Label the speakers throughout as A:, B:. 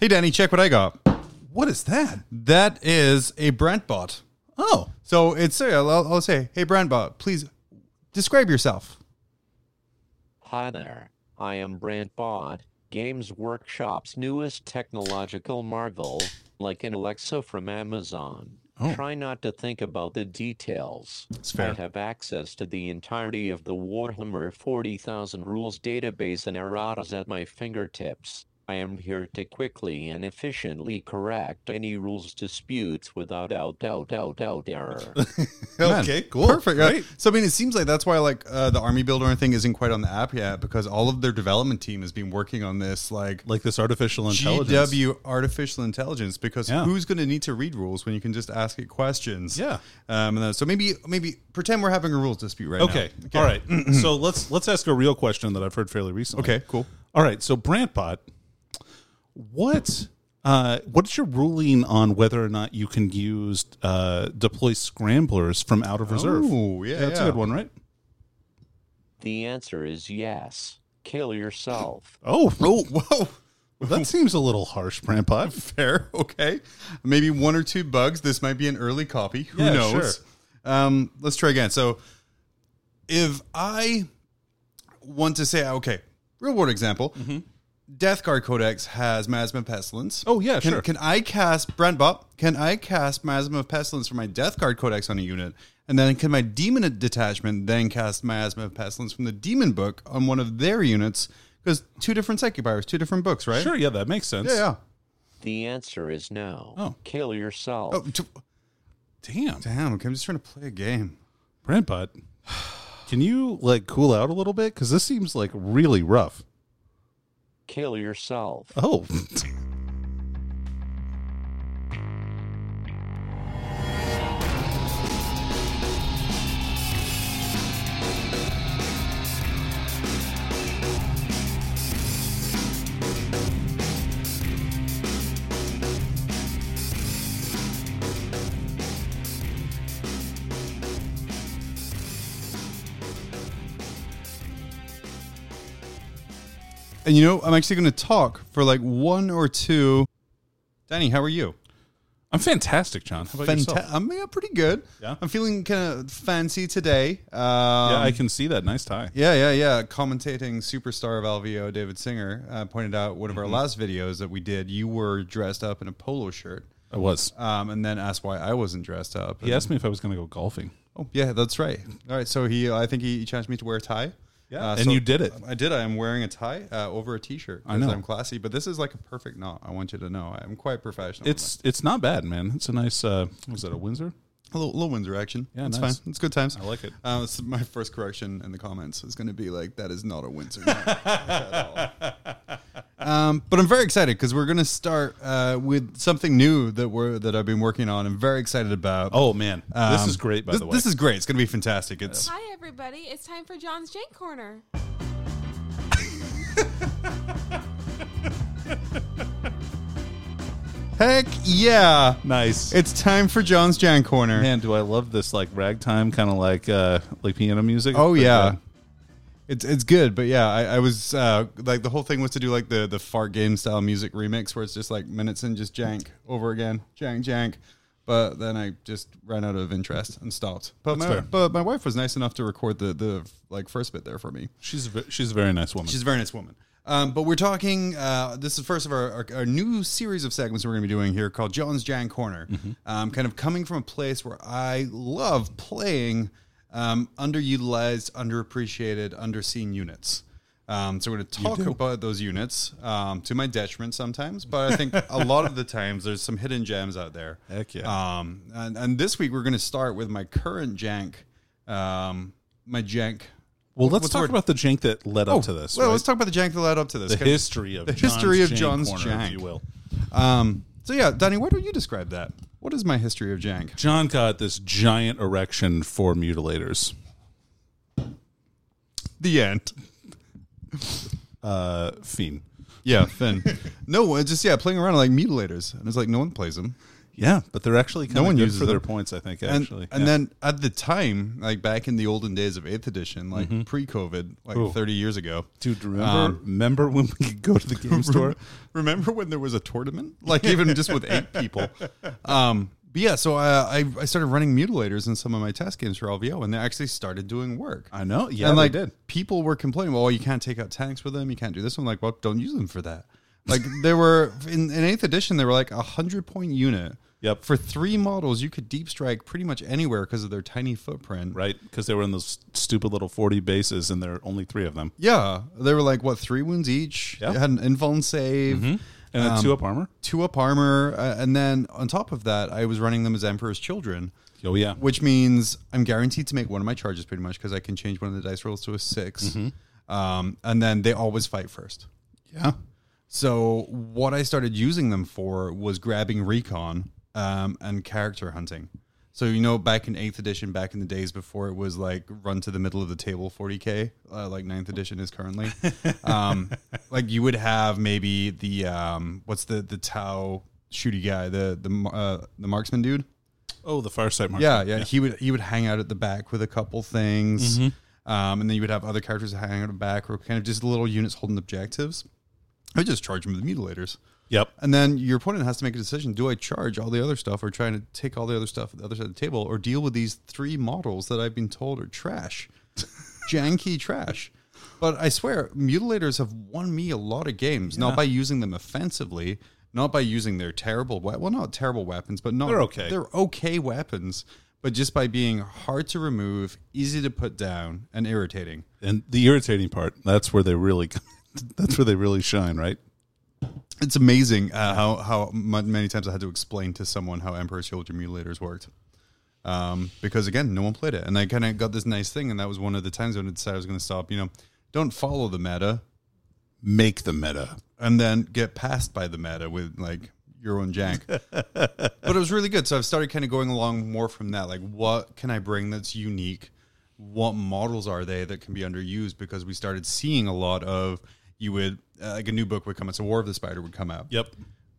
A: Hey, Danny, check what I got.
B: What is that?
A: That is a Brent bot.
B: Oh,
A: So it's, uh, I'll, I'll say, hey, Brent bot, please describe yourself.
C: Hi there, I am Brant Bod, Games Workshop's newest technological marvel, like an Alexa from Amazon.
B: Oh.
C: Try not to think about the details.
A: It's fair.
C: I have access to the entirety of the Warhammer 40,000 rules database and erratas at my fingertips. I am here to quickly and efficiently correct any rules disputes without out, out, out, out error.
A: Man,
B: okay, cool,
A: Perfect. Yeah.
B: Great.
A: So I mean, it seems like that's why like uh, the army builder and thing isn't quite on the app yet because all of their development team has been working on this like
B: Like this artificial intelligence.
A: GW artificial intelligence because
B: Yeah.
A: who's going to need to read rules when you can just ask it questions?
B: Yeah.
A: Um, and then, so maybe maybe pretend we're having a rules dispute right
B: Okay.
A: now.
B: All right. so let's let's ask a real question that I've heard fairly recently.
A: Okay. Cool.
B: All right. So Brantbot, what uh, what's your ruling on whether or not you can use uh, deploy scramblers from out of reserve?
A: Oh, yeah,
B: that's
A: yeah.
B: a good one, right?
C: the answer is yes. Kill yourself.
B: Oh,
A: Oh, whoa.
B: that seems a little harsh, Brantbot.
A: Fair. Okay. Maybe one or two bugs. This might be an early copy. Who
B: Yeah,
A: knows? Um, let's try again. So, if I want to say, ah, okay, real world example Death Guard Codex has Miasma of Pestilence.
B: Mm-hmm. Oh, yeah,
A: can,
B: sure.
A: Can I cast, Brent Bop, can I cast Miasma of Pestilence for my Death Guard Codex on a unit? And then can my demon detachment then cast Miasma of Pestilence from the demon book on one of their units? Because two different psychic powers, two different books, right?
B: Sure. Yeah, that makes sense.
A: Yeah, yeah.
C: The answer is no.
B: Oh.
C: Kill yourself.
A: Oh, t-
B: Damn,
A: Damn, okay, I'm just trying to play a game.
B: Brantbot, can you like cool out a little bit? Because this seems like really rough.
C: Kill yourself.
B: Oh.
A: And you know, I'm actually going to talk for like one or two. Danny, how are you?
B: I'm fantastic, John. How about yourself?
A: Fanta- I'm yeah, pretty good.
B: Yeah.
A: I'm feeling kind of fancy today. Um,
B: Yeah, I can see that. Nice tie.
A: Yeah, yeah, yeah. Commentating superstar of LVO, David Singer, uh, pointed out one of
B: Mm-hmm.
A: our last videos that we did. You were dressed up in a polo shirt,
B: I was.
A: um, and then asked why I wasn't dressed up.
B: He asked me if I was going to go golfing.
A: Oh, yeah, that's right. All right, so he, I think he challenged me to wear a tie. Uh,
B: Yeah, and you did it.
A: I did. I am wearing a tie uh, over a t-shirt.
B: I
A: 'cause
B: know.
A: I'm classy, but this is like a perfect knot. I want you to know, I'm quite professional.
B: It's it's not bad, man. It's a nice. Uh, was that a Windsor?
A: a little, little Windsor action.
B: Yeah,
A: it's
B: nice.
A: fine. It's good times.
B: I like it.
A: Uh, this is my first correction in the comments is going to be like, "That is not a Windsor." knot at all. um, but I'm very excited because we're going to start uh, with something new that we're that I've been working on. I'm very excited about.
B: Oh man, this
A: Um,
B: is great. By
A: this,
B: the way,
A: this is great. It's going to be fantastic. It's
D: Hi, everybody. It's time for John's Jank Corner.
A: heck yeah.
B: nice.
A: It's time for John's Jan Corner.
B: man, do I love this like ragtime kind of like uh like piano music?
A: Oh
B: Like,
A: yeah,
B: uh,
A: it's it's good. But yeah, I, I was uh, like the whole thing was to do like the the fart game style music remix where it's just like minutes and just jank over again, jank jank. But then I just ran out of interest and stopped. But
B: That's
A: my,
B: fair.
A: but my wife was nice enough to record the the like first bit there for me.
B: she's a ve- she's a very nice woman.
A: She's a very nice woman. Um, but we're talking. Uh, this is the first of our, our, our new series of segments we're going to be doing here called John's Jan Corner.
B: Mm-hmm.
A: Um, kind of coming from a place where I love playing um, underutilized, underappreciated, underseen units. Um, so we're going to talk about those units um, to my detriment sometimes, but I think a lot of the times there's some hidden gems out there.
B: Heck yeah.
A: Um, and, and this week we're going to start with my current jank, um, my jank.
B: well, let's
A: what's
B: talk Oh,
A: the word?
B: about the jank that led up to this.
A: Oh, Well,
B: right?
A: let's talk about the jank that led up to this.
B: the
A: Okay.
B: history of
A: the
B: John's
A: history of
B: jank
A: John's
B: corner,
A: jank.
B: if you will.
A: Um, so yeah, Donnie, why don't you describe that? What is my history of jank?
B: John got this giant erection for mutilators.
A: The end.
B: Uh, fiend.
A: Yeah, Finn. no, it's just yeah, playing around like mutilators, and it's like no one plays them.
B: Yeah, but they're actually kind
A: No
B: of
A: one
B: good
A: uses
B: for their
A: them.
B: points. I think
A: and,
B: actually,
A: and
B: Yeah.
A: then at the time, like back in the olden days of eighth edition, like pre-COVID, like
B: Mm-hmm. Ooh.
A: thirty years ago,
B: dude, remember
A: um,
B: remember when we could go to the game store?
A: Remember when there was a tournament, like even just with eight people? Um, but yeah, so I, I I started running mutilators in some of my test games for LVO, and they actually started doing work.
B: I know. Yeah,
A: and
B: they
A: like
B: did.
A: people were complaining, well, you can't take out tanks with them, you can't do this. I'm like, well, don't use them for that. Like they were in, in eighth edition, they were like a hundred point unit.
B: Yep.
A: For three models, you could deep strike pretty much anywhere because of their tiny footprint.
B: right? Because they were in those stupid little forty bases, and there are only three of them,
A: Yeah, they were like what three wounds each.
B: Yeah.
A: It had an invuln save.
B: and then two up armor.
A: two up armor, uh, and then on top of that, I was running them as Emperor's Children,
B: Oh yeah,
A: which means I'm guaranteed to make one of my charges pretty much because I can change one of the dice rolls to a 6
B: Mm-hmm.
A: um, and then they always fight first.
B: yeah.
A: So what I started using them for was grabbing recon um, and character hunting. So you know, back in eighth edition, back in the days before it was like run to the middle of the table, forty k, uh, like ninth edition is currently. um, like you would have maybe the um, what's the the Tau shooty guy, the the uh, the marksman dude.
B: Oh, the firesight mark.
A: Yeah, yeah, He would he would hang out at the back with a couple things, um, and then you would have other characters hanging out at the back, or kind of just little units holding objectives. I would just charge them with mutilators,
B: Yep.
A: and then your opponent has to make a decision: Do I charge all the other stuff, or trying to take all the other stuff at the other side of the table, or deal with these three models that I've been told are trash, janky trash? But I swear, mutilators have won me a lot of games, not by using them offensively. Not by using their terrible, we- well, not terrible weapons, but not
B: They're okay.
A: They're okay weapons, but just by being hard to remove, easy to put down, and irritating.
B: And the irritating part, that's where they really that's where they really shine, right?
A: It's amazing uh, how how mu- many times I had to explain to someone how Emperor's Children Mutilators worked, um, because again, no one played it, and I kind of got this nice thing, and that was one of the times when I decided I was going to stop. You know, don't follow the meta,
B: Make the meta.
A: and then get passed by the meta with like your own jank. but it was really good. So I've started kind of going along more from that. Like, what can I bring that's unique? What models are they that can be underused? Because we started seeing a lot of you would uh, like a new book would come out. So War of the Spider would come out.
B: Yep.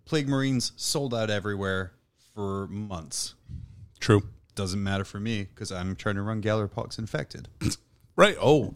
A: Plague Marines sold out everywhere for months.
B: True.
A: Doesn't matter for me because I'm trying to run Gallerpox infected.
B: Right. Oh.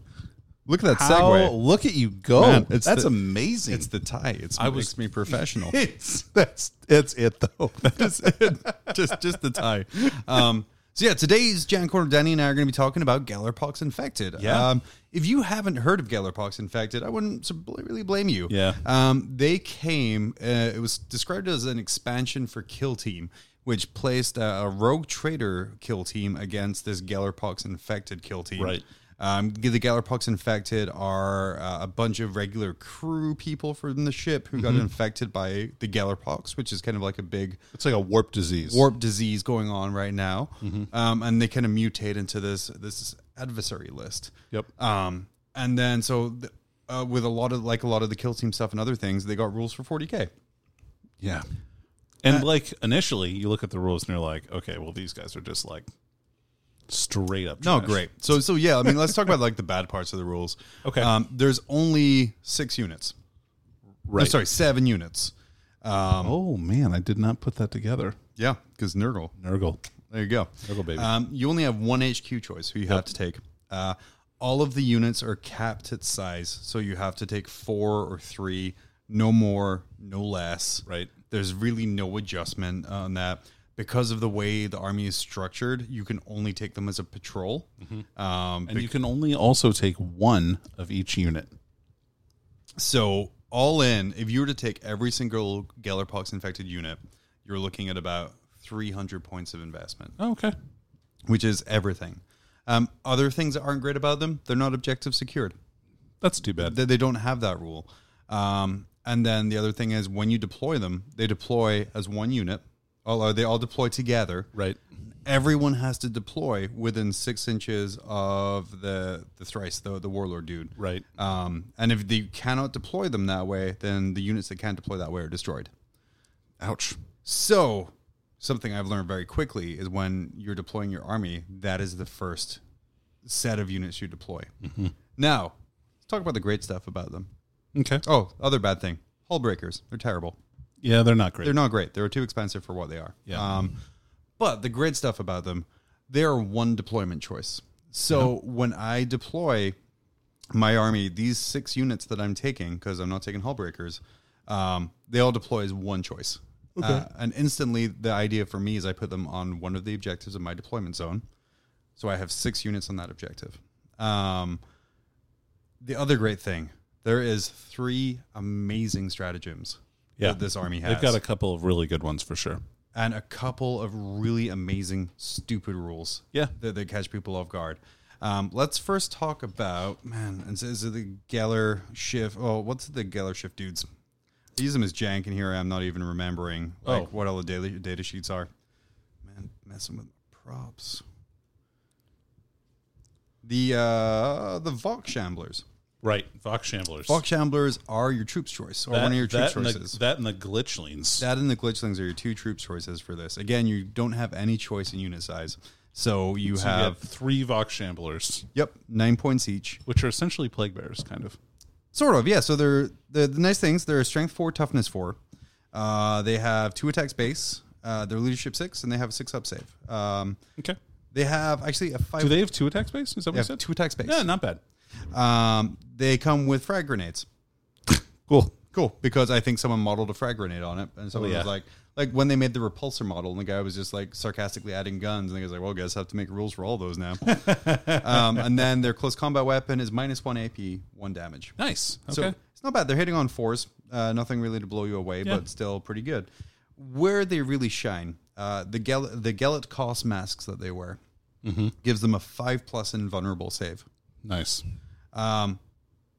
A: Look at that
B: How,
A: segue.
B: Look at you go.
A: Man, it's
B: that's
A: the-
B: amazing.
A: It's the tie. It's
B: I
A: I
B: was-
A: makes me professional.
B: It's- that's that's it though.
A: That's it. just just the tie. Um, so yeah, today's Jan Corner Danny and I are going to be talking about Gellerpox infected.
B: Yeah.
A: Um, if you haven't heard of Gellerpox infected, I wouldn't so- really blame you.
B: Yeah.
A: Um, they came. Uh, it was described as an expansion for Kill Team, which placed a, a rogue trader Kill Team against this Gellerpox infected Kill Team.
B: Right.
A: Um, the Gallerpox infected are uh, a bunch of regular crew people from the ship who
B: Mm-hmm.
A: got infected by the Gallerpox, which is kind of like a big
B: It's like a warp disease.
A: warp disease going on right now, um, and they kind of mutate into this this adversary list.
B: Yep.
A: Um, and then so th- uh, with a lot of like a lot of the kill team stuff and other things, they got rules for 40k.
B: Yeah. And like initially, you look at the rules and you're like, okay, well these guys are just like straight up.
A: No,
B: trash.
A: great. So so yeah, I mean, let's talk about like the bad parts of the rules.
B: Okay.
A: Um, there's only six units.
B: Right.
A: No, sorry, seven units. Um,
B: Oh man, I did not put that together.
A: yeah, because Nurgle.
B: Nurgle.
A: There you go.
B: Nurgle baby.
A: Um, you only have one HQ choice who you have to take. Uh, all of the units are capped at size, so you have to take four or three, no more, no less.
B: Right.
A: There's really no adjustment on that. Because of the way the army is structured, you can only take them as a patrol.
B: Mm-hmm.
A: Um,
B: And you can only also take one of each unit.
A: So all in, if you were to take every single Gellerpox infected unit, you're looking at about 300 points of investment,
B: Oh, okay.
A: which is everything. Um, other things that aren't great about them, they're not objective secured.
B: That's too bad.
A: They, they don't have that rule. Um, and then the other thing is when you deploy them, they deploy as one unit, although they all deploy together.
B: right.
A: Everyone has to deploy within six inches of the the thrice, the, the warlord dude.
B: Right.
A: Um, and if you cannot deploy them that way, then the units that can deploy that way are destroyed.
B: Ouch.
A: So, something I've learned very quickly is when you're deploying your army, that is the first set of units you deploy. Now, let's talk about the great stuff about them.
B: Okay.
A: Oh, other bad thing hull breakers. They're terrible.
B: Yeah, they're not great.
A: They're not great. They're too expensive for what they are.
B: Yeah.
A: Um, but the great stuff about them, they're one deployment choice. So when I deploy my army, these six units that I'm taking, because I'm not taking hullbreakers, um, they all deploy as one choice. Uh, and instantly, the idea for me is I put them on one of the objectives of my deployment zone. So I have six units on that objective. Um, the other great thing, there is three amazing stratagems
B: Yeah.
A: that this army has
B: They've got a couple of really good ones for sure.
A: and a couple of really amazing stupid rules.
B: Yeah.
A: that they catch people off guard. Um, let's first talk about man. And so is it the Geller shift? Oh, what's the Geller shift, dudes? I use them as jank, and here I am not even remembering like
B: Oh.
A: what all the daily data sheets are. Man, messing with my props. The uh, the Vok Shamblers.
B: Right, Vox Shamblers.
A: Vok Shamblers are your troops choice, or one of your troop
B: that, and
A: choices.
B: the, that and the glitchlings.
A: That and the glitchlings are your two troop choices for this. Again, you don't have any choice in unit size. So you
B: So you
A: have,
B: have three Vox Shamblers,
A: yep, nine points each.
B: which are essentially plague bears, kind of.
A: Sort of, yeah. So they're the, the nice things they're strength four, toughness four. Uh, they have two attacks base, uh, their leadership six, and they have a six up save. Um,
B: Okay.
A: they have actually a five.
B: Do they have two attack space? Is that what
A: they
B: you
A: have
B: said?
A: two attack base.
B: Yeah, not bad.
A: Um, they come with frag grenades.
B: Cool. Oh,
A: Cool, because I think someone modeled a frag grenade on it, and someone
B: yeah.
A: was like, like when they made the repulsor model, and the guy was just like sarcastically adding guns, and he was like, "Well, guys, have to make rules for all those now." um, and then their close combat weapon is minus one AP, one damage.
B: Nice. Okay.
A: So it's not bad. They're hitting on fours. Uh, nothing really to blow you away,
B: Yeah.
A: but still pretty good. Where they really shine, uh, the gel- the Gellet cost masks that they wear
B: Mm-hmm.
A: gives them a five plus invulnerable save.
B: nice.
A: Um,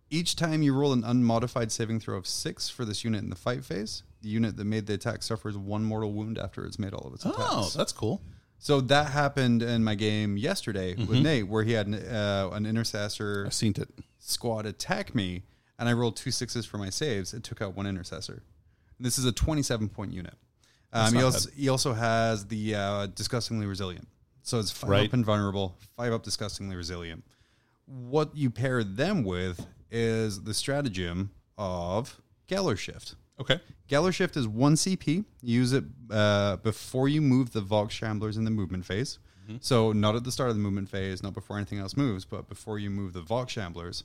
A: each time you roll an unmodified saving throw of six for this unit in the fight phase, the unit that made the attack suffers one mortal wound after it's made all of its
B: Oh,
A: attacks.
B: that's cool.
A: So that happened in my game yesterday with Nate, where he had an, uh, an intercessor
B: I've seen it.
A: squad attack me, and I rolled two sixes for my saves. It took out one intercessor. And this is a 27 point unit. Um, he,
B: not
A: also, he also has the uh, disgustingly resilient. So it's five
B: Right.
A: up and vulnerable, five up disgustingly resilient. What you pair them with is the stratagem of Galler Shift.
B: Okay.
A: Galler Shift is one CP. You use it uh, before you move the Vox Shamblers in the movement phase. So not at the start of the movement phase, not before anything else moves, but before you move the Vox Shamblers.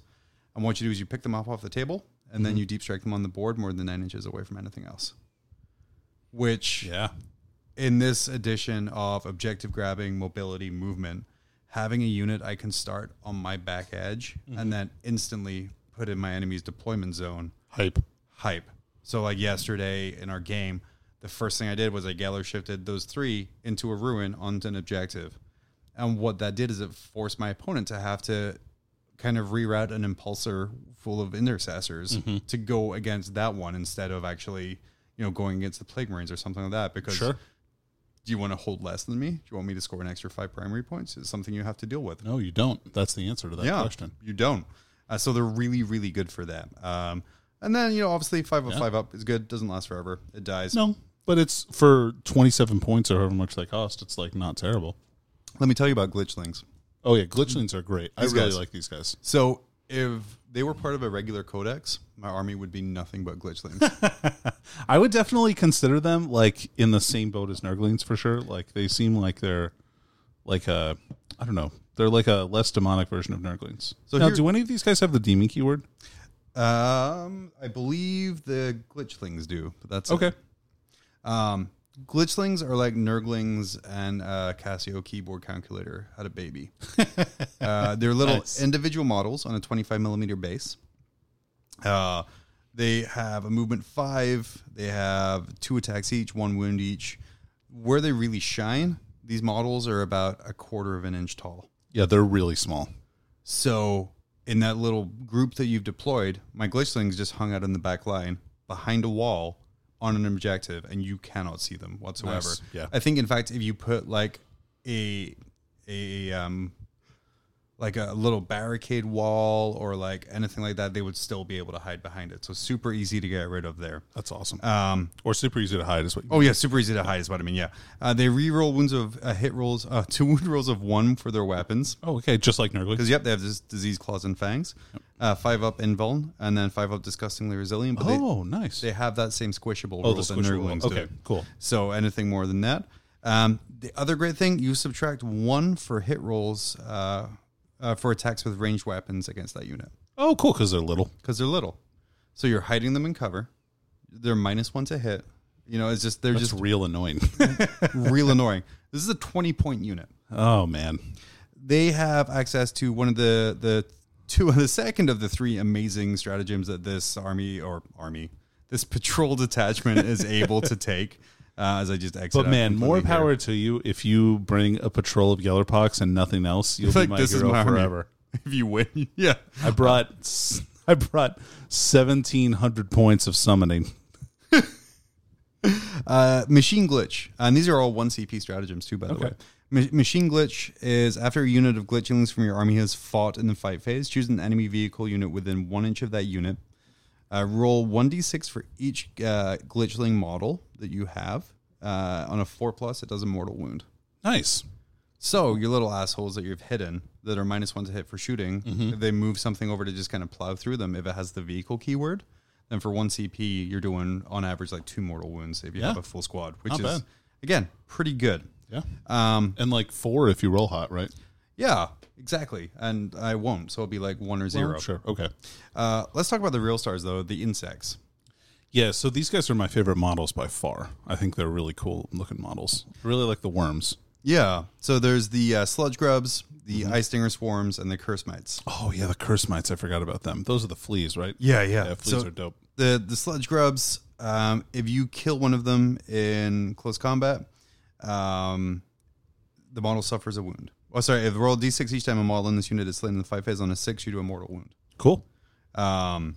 A: And what you do is you pick them up off the table, and then you deep strike them on the board more than nine inches away from anything else. Which
B: Yeah.
A: in this edition of objective grabbing, mobility, movement, having a unit I can start on my back edge and then instantly put in my enemy's deployment zone
B: Hype.
A: hype. So like yesterday in our game, the first thing I did was I Geller shifted those three into a ruin onto an objective. And what that did is it forced my opponent to have to kind of reroute an impulsor full of intercessors to go against that one instead of actually, you know, going against the Plague Marines or something like that. Because
B: Sure.
A: do you want to hold less than me? Do you want me to score an extra five primary points? It's something you have to deal with.
B: No, you don't. That's the answer to that question.
A: You don't. Uh, so they're really, really good for that. Um, and then you know, obviously, five up, five up is good. Doesn't last forever. It dies.
B: No, but it's for 27 points or however much they cost. It's like not terrible.
A: Let me tell you about glitchlings.
B: Oh, yeah. Glitchlings are great.
A: These
B: I really
A: guys.
B: like these guys.
A: So if they were part of a regular codex, my army would be nothing but glitchlings.
B: I would definitely consider them like in the same boat as Nerglings for sure. Like they seem like they're like a I don't know. They're like a less demonic version of Nerglings.
A: So
B: So now,
A: here-
B: do any of these guys have the demon keyword?
A: um, I believe the glitchlings do, but that's it.
B: Okay.
A: Um, glitchlings are like nerglings and uh, Casio keyboard calculator had a baby. uh, they're little
B: Nice.
A: individual models on a 25 millimeter base. Uh, they have a movement five. They have two attacks each, one wound each. Where they really shine, these models are about a quarter of an inch tall.
B: Yeah, they're really small.
A: So in that little group that you've deployed, my glitchlings just hung out in the back line behind a wall on an objective, and you cannot see them whatsoever.
B: Nice. Yeah.
A: I think in fact if you put like a a um like a little barricade wall or like anything like that, they would still be able to hide behind it. So super easy to get rid of there.
B: That's awesome.
A: Um,
B: Uh, or super easy to hide is what. You
A: Oh yeah, super easy to hide is what I mean. Yeah, uh, they re-roll wounds of uh, hit rolls, uh, two wound rolls of one for their weapons.
B: oh, okay, just like Nurgling.
A: Because yep, they have this disease claws and fangs. Uh, five up invuln, and then five up disgustingly resilient. But
B: Oh, nice.
A: they, they have that same squishable
B: oh,
A: rule
B: the
A: that
B: squishy wall.
A: Nurglings do.
B: Okay, cool.
A: So anything more than that. Um, the other great thing, you subtract one for hit rolls uh, uh, for attacks with ranged weapons against that unit
B: Oh, cool. Because they're little.
A: because they're little. So you're hiding them in cover. They're minus one to hit. You know, it's just they're
B: Just
A: just
B: real annoying.
A: real annoying. This is a twenty point unit.
B: oh man.
A: they have access to one of the the two the second of the three amazing stratagems that this army or army this patrol detachment is able to take. Uh, as I just exit,
B: But
A: out
B: man, more
A: completely here.
B: power to you if you bring a patrol of Gellerpox and nothing else. You'll
A: It's like
B: be my
A: this is
B: hero
A: my army.
B: forever.
A: if you win. Yeah,
B: I brought s- I brought seventeen hundred points of summoning.
A: uh, machine glitch, and these are all one CP stratagems too. By the way, Ma- machine glitch is after a unit of glitchlings from your army has fought in the fight phase, choose an enemy vehicle unit within one inch of that unit. Uh, roll 1d6 for each uh, glitchling model that you have. Uh, on a 4 plus, it does a mortal wound.
B: Nice.
A: So, your little assholes that you've hidden that are minus 1 to hit for shooting,
B: Mm-hmm.
A: if they move something over to just kind of plow through them, if it has the vehicle keyword, then for 1 CP, you're doing on average like two mortal wounds if you
B: Yeah.
A: have a full squad, which
B: Not
A: is,
B: bad.
A: again, pretty good.
B: Yeah.
A: Um,
B: And like four if you roll hot, right?
A: yeah, exactly. And I won't, so it'll be like 1 or 0.
B: Well, sure. Okay.
A: uh, let's talk about the real stars, though, the insects.
B: Yeah, so these guys are my favorite models by far. I think they're really cool looking models. I really like the worms.
A: Yeah. So there's the uh, sludge grubs, the
B: Mm-hmm.
A: eye stinger swarms, and the curse mites.
B: Oh yeah, the curse mites. I forgot about them. Those are the fleas, right?
A: yeah.
B: fleas
A: so
B: are dope.
A: the the sludge grubs. Um, if you kill one of them in close combat, um, the model suffers a wound. Oh, sorry. If roll d6 each time a model in this unit is slain in the five phase on a six, you do a mortal wound.
B: Cool.
A: Um,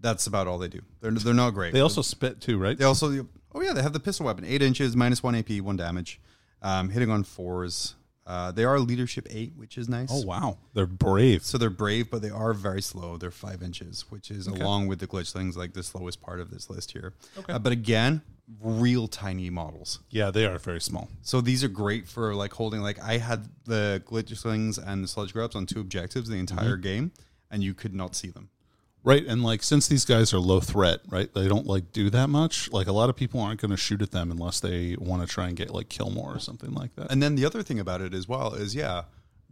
A: that's about all they do. They're they're not great.
B: They also spit too, right?
A: They also, oh yeah, they have the pistol weapon, eight inches, minus one AP, one damage, um, hitting on fours. Uh, they are leadership eight, which is nice.
B: Oh wow, they're brave.
A: So they're brave, but they are very slow. They're five inches, which is along with the glitchlings, like the slowest part of this list here. Okay. but again, real tiny models.
B: Yeah, they are very small.
A: So these are great for like holding. Like I had the glitchlings and the sludge grubs on two objectives the entire game, and you could not see them.
B: Right, and like since these guys are low threat, right? They don't like do that much. Like a lot of people aren't going to shoot at them unless they want to try and get like kill more or something like that.
A: And then the other thing about it as well is, yeah,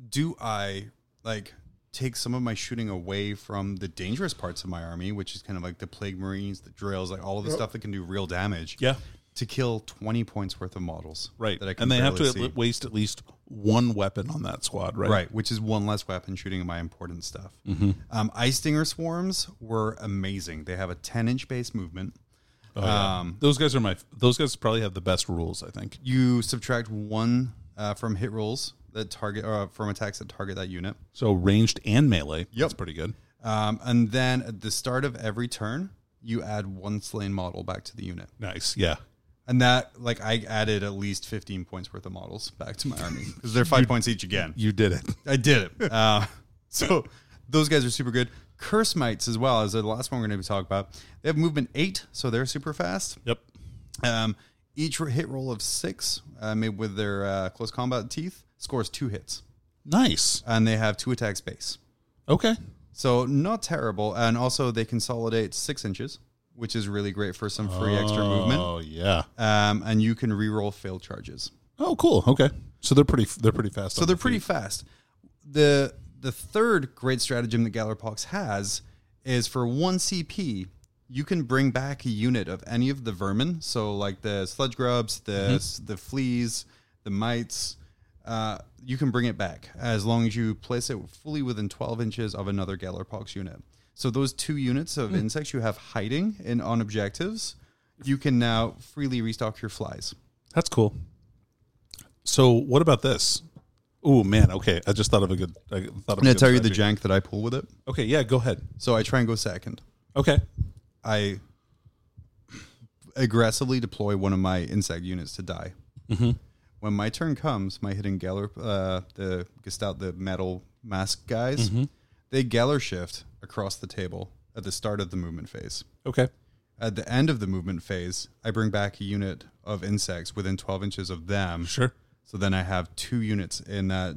A: do I like take some of my shooting away from the dangerous parts of my army, which is kind of like the plague marines, the drills, like all of the stuff that can do real damage.
B: Yeah.
A: To kill twenty points worth of models,
B: right,
A: That I can
B: and they have to
A: barely
B: at le-
A: see.
B: waste at least one weapon on that squad, right? Mm-hmm.
A: right, which is one less weapon shooting at my important stuff. Um, Ice stinger swarms were amazing. They have a ten-inch base movement.
B: Um, those guys are my. Those guys probably have the best rules, I think.
A: You subtract one uh, from hit rolls that target uh, from attacks that target that unit.
B: So ranged and melee. That's pretty good.
A: Um, and then at the start of every turn, you add one slain model back to the unit.
B: Nice. Yeah.
A: And that, like, I added at least 15 points worth of models back to my army because they're five points each again.
B: You did it.
A: I did it. Uh, so those guys are super good. Curse mites, as well, as the last one we're going to be talking about. They have movement eight, so they're super fast.
B: Yep.
A: Um, each hit roll of six uh, made with their uh, close combat teeth scores two hits,
B: Nice.
A: and they have two attacks base.
B: Okay.
A: So not terrible, and also they consolidate six inches, which is really great for some free extra movement.
B: Oh yeah.
A: Um, and you can reroll fail charges,
B: Oh cool. Okay. So they're pretty. They're pretty fast.
A: so they're pretty fast. the The third great stratagem that Gallerpox has is for one CP, you can bring back a unit of any of the vermin, so like the sludge grubs, the the fleas, the mites. Uh, you can bring it back as long as you place it fully within 12 inches of another Gallerpox unit. So those two units of insects you have hiding in on objectives, you can now freely restock your flies.
B: That's cool. So what about this? Oh man. Okay. I just thought of a good. I thought of
A: I'm
B: a
A: gonna
B: good
A: tell you the
B: strategy.
A: jank that I pull with it.
B: Okay. Yeah. Go ahead.
A: So I try and go second.
B: Okay.
A: I
B: Mm-hmm.
A: aggressively deploy one of my insect units to die. When my turn comes, my hidden Galler, uh, the Gestalt, the metal mask guys,
B: Mm-hmm.
A: they Galler shift across the table at the start of the movement phase.
B: Okay.
A: At the end of the movement phase, I bring back a unit of insects within 12 inches of them.
B: Sure.
A: So then I have two units in that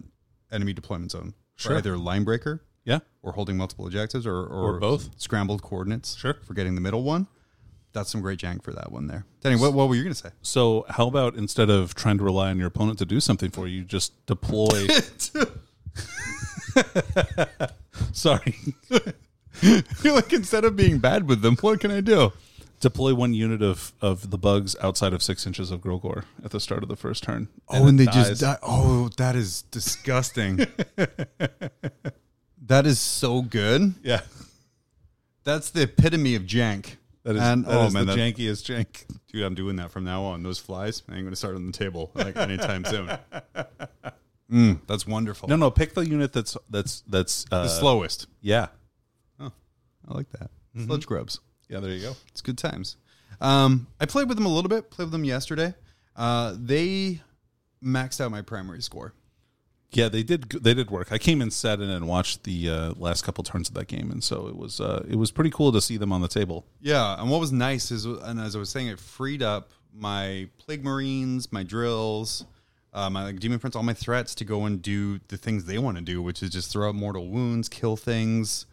A: enemy deployment zone. for
B: Sure.
A: Either Linebreaker
B: Yeah.
A: or holding multiple objectives or, or,
B: Or both.
A: scrambled coordinates
B: Sure.
A: for getting the middle one. That's some great jank for that one there. Danny, what, what were you going to say?
B: So how about instead of trying to rely on your opponent to do something for you, you just deploy. sorry,
A: You're like, instead of being bad with them, what can I do?
B: deploy one unit of of the bugs outside of six inches of Grogor at the start of the first turn.
A: oh, and
B: it
A: they
B: dies.
A: just die. Oh, that is disgusting. that is so good.
B: Yeah,
A: That's the epitome of jank.
B: that is,
A: And-
B: that
A: oh,
B: is
A: man,
B: the
A: that-
B: jankiest jank.
A: Dude, I'm doing that from now on. Those flies, I ain't going to start on the table like anytime soon. Mm, that's wonderful.
B: No, no, pick the unit that's that's that's uh,
A: the slowest.
B: Yeah,
A: I like that. Sludge grubs.
B: Mm-hmm. yeah. There you go.
A: It's good times. Um, I played with them a little bit. Played with them yesterday. Uh, they maxed out my primary score.
B: Yeah, they did. They did work. I came and sat in and watched the uh, last couple turns of that game, and so it was uh, it was pretty cool to see them on the table.
A: Yeah, and what was nice is, and as I was saying, it freed up my plague marines, my drills, uh, my like, demon prince, all my threats to go and do the things they want to do, which is just throw out mortal wounds, kill things,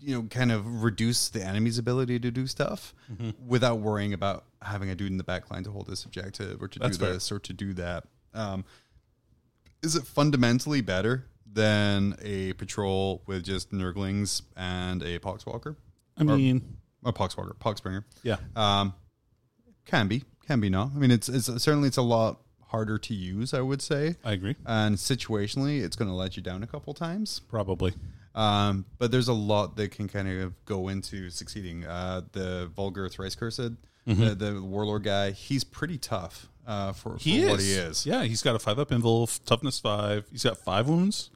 A: you know, kind of reduce the enemy's ability to do stuff
B: Mm-hmm.
A: without worrying about having a dude in the back line to hold this objective or to
B: That's
A: do
B: fair.
A: this or to do that. Um, is it fundamentally better than a patrol with just nurglings and a poxwalker?
B: I mean,
A: A poxwalker, poxbringer.
B: yeah,
A: Um, can be, can be no. I mean, it's, it's certainly it's a lot harder to use, I would say,
B: I agree.
A: and situationally, it's going to let you down a couple times.
B: Probably.
A: Um, but there's a lot that can kind of go into succeeding. Uh, the vulgar thrice cursed,
B: Mm-hmm.
A: the, the warlord guy, he's pretty tough uh, for, for what he is.
B: Yeah, he's got a five up invul, toughness five. He's got five wounds.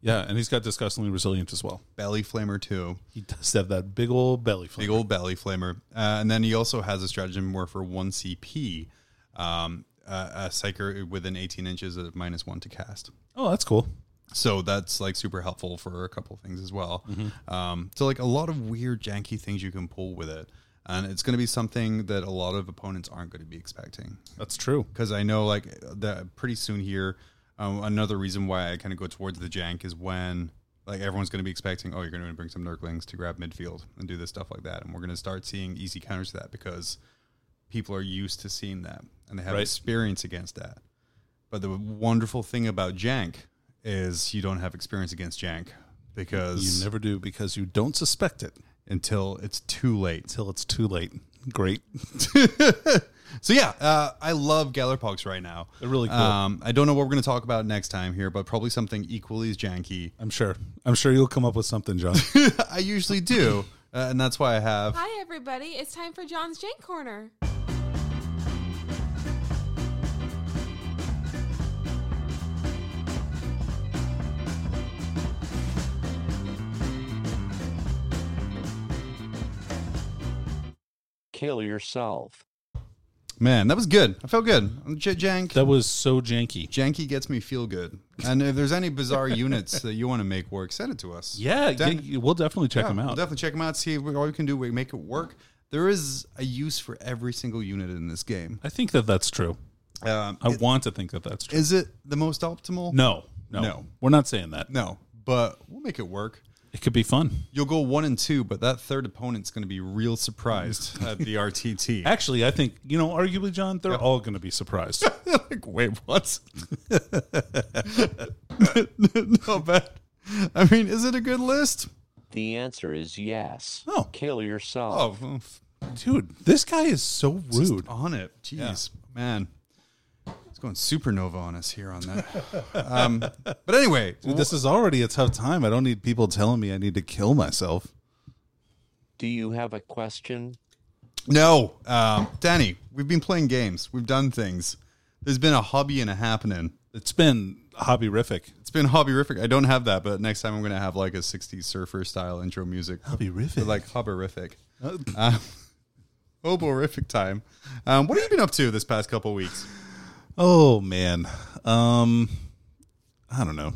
B: Yeah, and he's got disgustingly resilient as well.
A: Belly flamer too,
B: He does have that big old belly flavor.
A: big old belly flamer, uh, and then he also has a stratagem where for one CP, um, uh, a psyker within 18 inches is minus one to cast.
B: Oh, that's cool.
A: so that's like super helpful for a couple things as well um, so like a lot of weird janky things you can pull with it and it's going to be something that a lot of opponents aren't going to be expecting
B: That's true.
A: because i know like that pretty soon here um, another reason why i kind of go towards the jank is when like everyone's going to be expecting oh you're going to bring some nurglings to grab midfield and do this stuff like that and we're going to start seeing easy counters to that because people are used to seeing that and they have
B: Right.
A: experience against that. But the wonderful thing about jank is you don't have experience against jank because
B: You never do because you don't suspect it
A: until it's too late.
B: till it's too late. Great.
A: So yeah, uh, I love Gallerpox right now.
B: They're really cool.
A: Um, I don't know what we're going to talk about next time here, but probably something equally as janky.
B: I'm sure. I'm sure you'll come up with something, John.
A: I usually do, uh, and that's why I have.
D: Hi, everybody. It's time for John's Jank Corner.
C: Kill yourself.
A: Man, that was good. I felt good. I'm j- jank.
B: that was so janky.
A: janky gets me feel good. And if there's any bizarre units that you want to make work, send it to us.
B: Yeah,
A: Dan-
B: yeah, we'll definitely check
A: Yeah,
B: them
A: we'll
B: out.
A: Definitely check them out. See what all you can do. We make it work. There is a use for every single unit in this game.
B: I think that that's true.
A: Um,
B: I want to think that that's true.
A: is it the most optimal?
B: No, no,
A: No.
B: We're not saying that.
A: no. But we'll make it work.
B: It could be fun.
A: You'll go one and two, but that third opponent's going to be real surprised at the RTT.
B: Actually, I think, you know, arguably, John, they're all going to be surprised.
A: like, wait, what? Not bad. I mean, is it a good list?
C: The answer is yes.
B: Oh.
C: Kill yourself.
A: Oh, well, f-
B: Dude, this guy is so
A: just
B: rude.
A: on it. Jeez, man. It's going supernova on us here on that. um, but anyway,
B: Dude, this is already a tough time. I don't need people telling me I need to kill myself.
C: Do you have a question?
A: No, um, Danny, we've been playing games. We've done things. There's been a hobby and a happening.
B: It's been hobbyriffic.
A: It's been hobbyriffic. I don't have that, but next time I'm going to have like a 60s surfer style intro music.
B: Hobbyriffic.
A: Like Uh, hobberific. Uh, Hoborific time. Um, what have you been up to this past couple weeks?
B: Oh man. Um I don't know.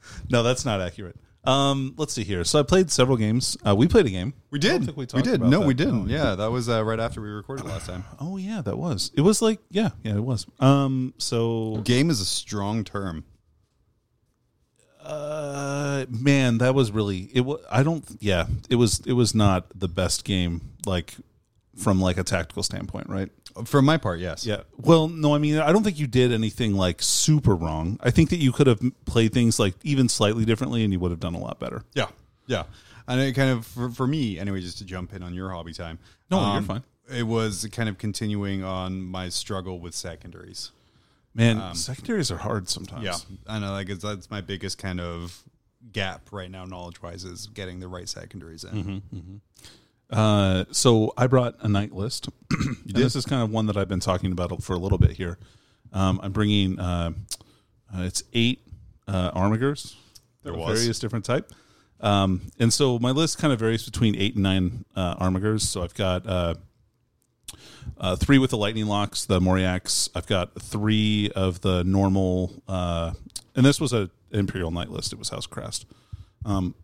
B: no, that's not accurate. Um let's see here. So I played several games. Uh we played a game.
A: We
B: I don't
A: did.
B: think
A: We,
B: talked
A: did.
B: about
A: No,
B: that.
A: we didn't.
B: Oh,
A: yeah, that was uh, right after we recorded last time.
B: Oh yeah, that was. It was like yeah, yeah, it was. Um so
A: Game is a strong term.
B: uh man, that was really it was I don't yeah, it was it was not the best game like from like a tactical standpoint, right?
A: For my part, yes.
B: Yeah. Well, no, I mean, I don't think you did anything like super wrong. I think that you could have played things like even slightly differently and you would have done a lot better.
A: Yeah, yeah. And it kind of for, for me anyway, just to jump in on your hobby time. Um,
B: No, you're fine.
A: It was kind of continuing on my struggle with secondaries.
B: Man, secondaries are hard sometimes.
A: Yeah, I know. Like it's, that's my biggest kind of gap right now, knowledge wise, is getting the right secondaries in.
B: Mm-hmm. Uh, so I brought a night list. And This is kind of one that I've been talking about for a little bit here. Um, I'm bringing uh, uh, it's eight uh, armigers.
A: There
B: of
A: was.
B: various different type. Um, and so my list kind of varies between eight and nine uh, armigers. So I've got uh, uh, three with the lightning locks, the moriacs. I've got three of the normal, uh, and this was a imperial knight list. It was House Crest, um,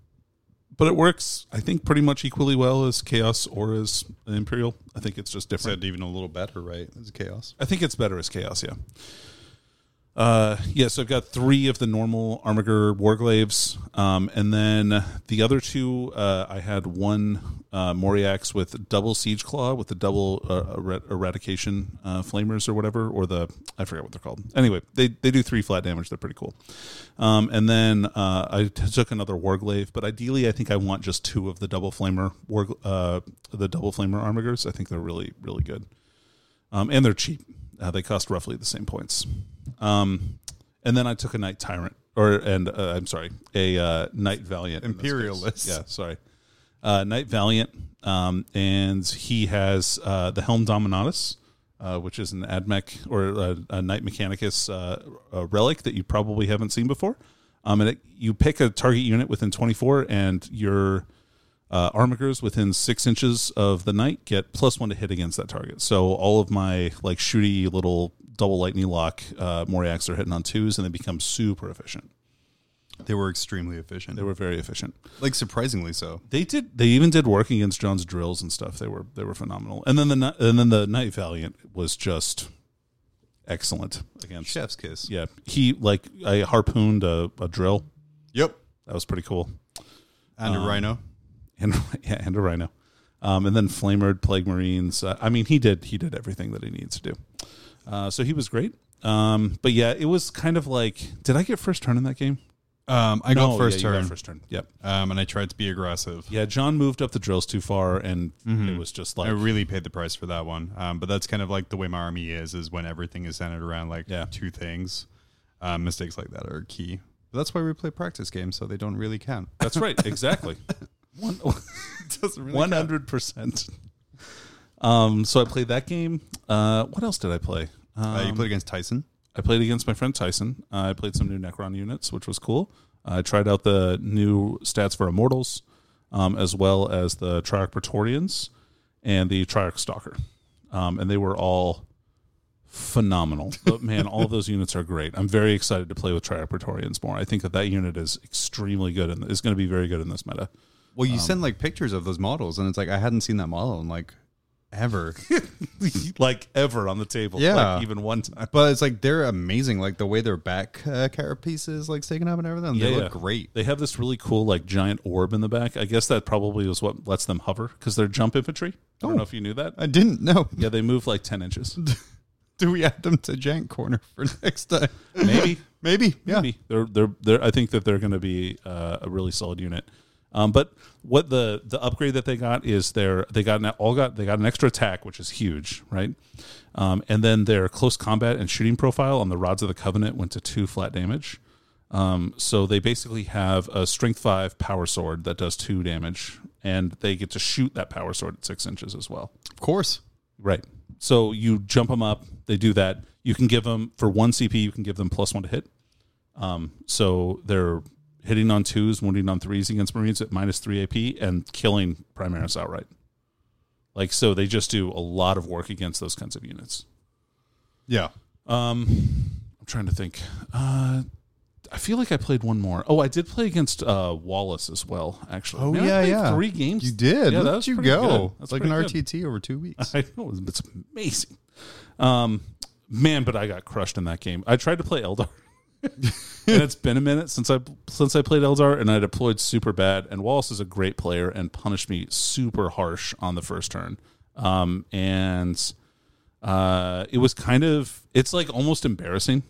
B: but it works. I think pretty much equally well as chaos or as imperial. I think it's just different.
A: Said even a little better, right? It's chaos.
B: I think it's better as chaos, yeah. Uh, yeah, so I've got three of the normal Armiger Warglaves, um, and then the other two, uh, I had one uh, Moriax with double Siege Claw with the double uh, er- Eradication uh, Flamers or whatever, or the, I forget what they're called. Anyway, they, they do three flat damage. They're pretty cool. Um, and then uh, I t- took another Warglaive, but ideally I think I want just two of the double Flamer, Warg- uh, the double Flamer Armigers. I think they're really, really good um, and they're cheap. Uh, they cost roughly the same points. Um, and then I took a knight tyrant, or and uh, I'm sorry, a uh, knight valiant, in this case.
A: Imperialist.
B: Yeah, sorry, uh, knight valiant, um, and he has uh, the helm dominatus. Uh, which is an admech or a, a knight mechanicus uh, a relic that you probably haven't seen before, um, and it, you pick a target unit within 24, and your uh, armigers within six inches of the knight get plus one to hit against that target. So all of my like shooty little double lightning lock uh, moriacs are hitting on twos, and they become super efficient.
A: They were extremely efficient.
B: They were very efficient.
A: like surprisingly so.
B: They did. They even did work against John's drills and stuff. They were they were phenomenal. And then the Kni- and then the knight valiant was just excellent against.
A: Chef's kiss.
B: Yeah, he like I harpooned a, a drill.
A: Yep.
B: That was pretty cool.
A: And a rhino.
B: and yeah, and a rhino, um, and then flamered plague marines. Uh, I mean, he did he did everything that he needs to do. Uh, so he was great. Um, but yeah, it was kind of like, did I get first turn in that game?
A: Um, I
B: No,
A: got first
B: yeah, you got
A: turn,
B: first turn. Yep.
A: Um, and I tried to be aggressive.
B: Yeah, John moved up the drills too far, and it was just like,
A: Mm-hmm. I really paid the price for that one. Um, but that's kind of like the way my army is, is when everything is centered around like
B: Yeah.
A: two things. Um, mistakes like that are key. But that's why we play practice games, so they don't really count.
B: that's right, exactly. One.
A: It doesn't really
B: One hundred percent. Um, so I played that game. Uh, what else did I play? Um,
A: count. Uh, you played against Tyson.
B: I played against my friend Tyson. Uh, I played some new Necron units, which was cool. I tried out the new stats for Immortals, um, as well as the Triarch Praetorians and the Triarch Stalker. Um, and they were all phenomenal. But man, all of those units are great. I'm very excited to play with Triarch Praetorians more. I think that that unit is extremely good and is going to be very good in this meta.
A: Well, you send like pictures of those models, and it's like I hadn't seen that model in like ever.
B: like ever on the table.
A: Yeah.
B: Like even one time.
A: but it's like they're amazing, like the way their back uh, carapace is like taken up and everything. They
B: Yeah,
A: look
B: yeah.
A: great.
B: They have this really cool like giant orb in the back. I guess that probably is what lets them hover because they're jump infantry. I don't know if you knew that.
A: I didn't know.
B: Yeah, they move like ten inches.
A: Do we add them to Jank Corner for next time?
B: Maybe.
A: Maybe. Yeah.
B: Maybe. They're they're they're I think that they're gonna be uh, a really solid unit. Um, but what the the upgrade that they got is their they got an all got they got an extra attack, which is huge, right? Um, and then their close combat and shooting profile on the Rods of the Covenant went to two flat damage. Um, so they basically have a strength five power sword that does two damage, and they get to shoot that power sword at six inches as well.
A: Of course.
B: Right. So you jump them up. They do that. You can give them for one CP. You can give them plus one to hit. Um, so they're hitting on twos, wounding on threes against Marines at minus three AP, and killing Primaris outright. Like so, they just do a lot of work against those kinds of units.
A: Yeah.
B: Um, I'm trying to think. Uh, I feel like I played one more. Oh, I did play against uh, Wallace as well. Actually,
A: Oh,
B: Man, I
A: yeah,
B: played
A: yeah.
B: Three games.
A: You did.
B: Yeah,
A: Look
B: that
A: at
B: was
A: you
B: pretty
A: go.
B: good. That's
A: like an
B: pretty good.
A: RTT over two weeks.
B: I know it's- it's amazing. Um, man, but I got crushed in that game. I tried to play Eldar, and it's been a minute since I since I played Eldar, and I deployed super bad. And Wallace is a great player and punished me super harsh on the first turn. Um, and uh, it was kind of it's like almost embarrassing,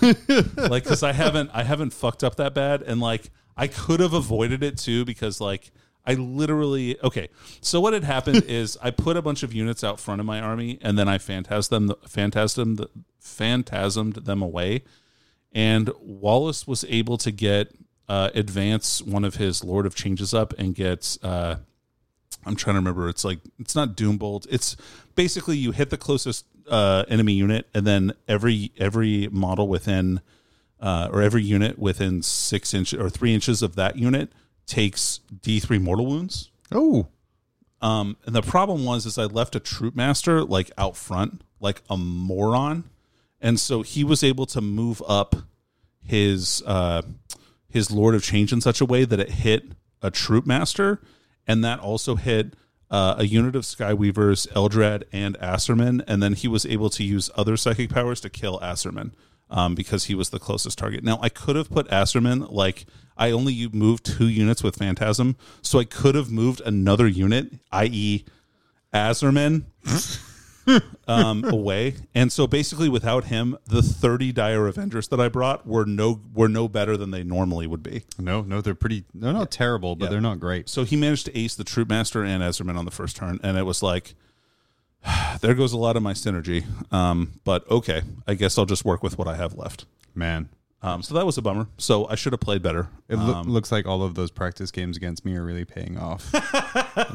B: like because I haven't I haven't fucked up that bad, and like I could have avoided it too because like I literally okay. So what had happened is I put a bunch of units out front of my army, and then I phantasmed them, phantasmed, phantasmed them away, and Wallace was able to get uh, advance one of his Lord of Changes up and get. Uh, I'm trying to remember. It's like it's not Doombolt. It's basically you hit the closest uh, enemy unit, and then every every model within uh, or every unit within six inches or three inches of that unit takes D3 mortal wounds.
A: Oh,
B: Um, and the problem was is I left a troop master like out front, like a moron, and so he was able to move up his uh, his Lord of Change in such a way that it hit a troop master, and that also hit uh, a unit of Skyweavers, Eldrad, and Asserman, and then he was able to use other psychic powers to kill Asserman. Um, because he was the closest target. Now I could have put Asserman like I only u- moved two units with Phantasm, so I could have moved another unit, i.e., Asserman, um, away. And so basically, without him, the thirty dire Avengers that I brought were no were no better than they normally would be.
A: no, no, they're pretty. They're not terrible, but
B: Yeah.
A: they're not great.
B: So he managed to ace the Troop Master and Ezerman on the first turn, and it was like, there goes a lot of my synergy. Um, but okay, I guess I'll just work with what I have left.
A: Man,
B: Um, so that was a bummer. So I should have played better.
A: it loo- looks like all of those practice games against me are really paying off,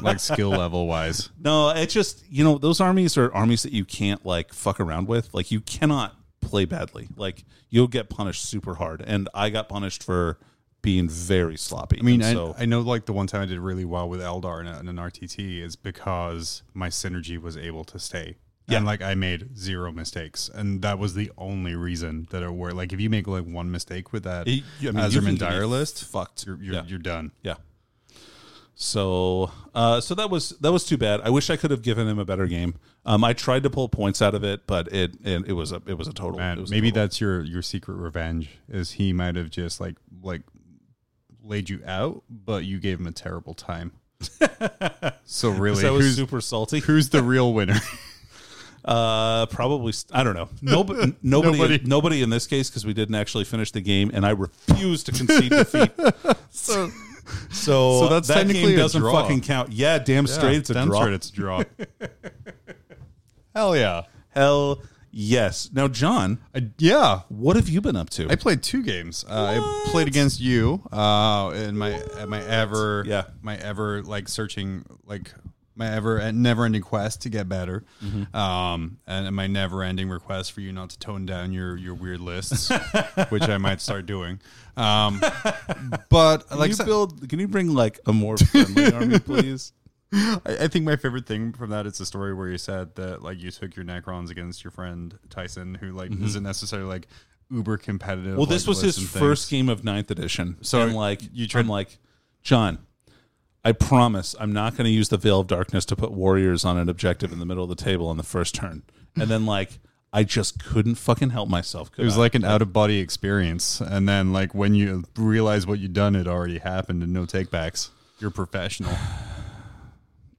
A: like skill level wise.
B: No, it just you know those armies are armies that you can't like fuck around with. Like you cannot play badly. Like you'll get punished super hard. And I got punished for being very sloppy.
A: I mean,
B: And
A: I,
B: so
A: I know like the one time I did really well with Eldar in, a, in an RTT is because my synergy was able to stay.
B: Yeah.
A: And like I made zero mistakes, and that was the only reason that it worked. Like if you make like one mistake with that
B: It- I mean, you can
A: Azerman
B: get
A: dire list,
B: fucked.
A: you're you're,
B: Yeah.
A: you're done.
B: yeah. So uh, so that was that was too bad. I wish I could have given him a better game. Um, I tried to pull points out of it, but it it, it was a it was a total. it
A: Man,
B: was a
A: maybe
B: total.
A: that's your your secret revenge is he might have just like like laid you out, but you gave him a terrible time. so really,
B: So I was
A: who's
B: super salty.
A: who's the real winner?
B: Uh, probably st- I don't know. Nobody, nobody,
A: Nobody.
B: nobody, in this case because we didn't actually finish the game, and I refuse to concede defeat.
A: so
B: So,
A: So that's
B: that
A: technically
B: game
A: a
B: doesn't
A: draw.
B: fucking count. Yeah, damn straight, it's a
A: damn
B: draw.
A: straight it's a draw. Hell yeah.
B: Hell yes. Now, John,
A: I, yeah,
B: what have you been up to?
A: I played two games. Uh, I played against you uh, in my at my ever
B: Yeah.
A: my ever like searching like my ever and never ending quest to get better,
B: Mm-hmm.
A: um, and my never ending request for you not to tone down your your weird lists, which I might start doing. Um, but
B: can
A: like I
B: you
A: said-
B: build? Can you bring like a more friendly army, please?
A: I, I think my favorite thing from that is the story where you said that like you took your Necrons against your friend Tyson, who like isn't necessarily like uber competitive.
B: Well, this
A: like,
B: was
A: lists
B: his
A: and things.
B: first game of ninth edition.
A: So
B: So I'm like,
A: you
B: you
A: tried-
B: I'm like, John, I promise I'm not going to use the veil of darkness to put warriors on an objective in the middle of the table on the first turn. And then like, I just couldn't fucking help myself.
A: It was like an out of body experience, and then like when you realize what you've done, it already happened, and no takebacks. You're professional.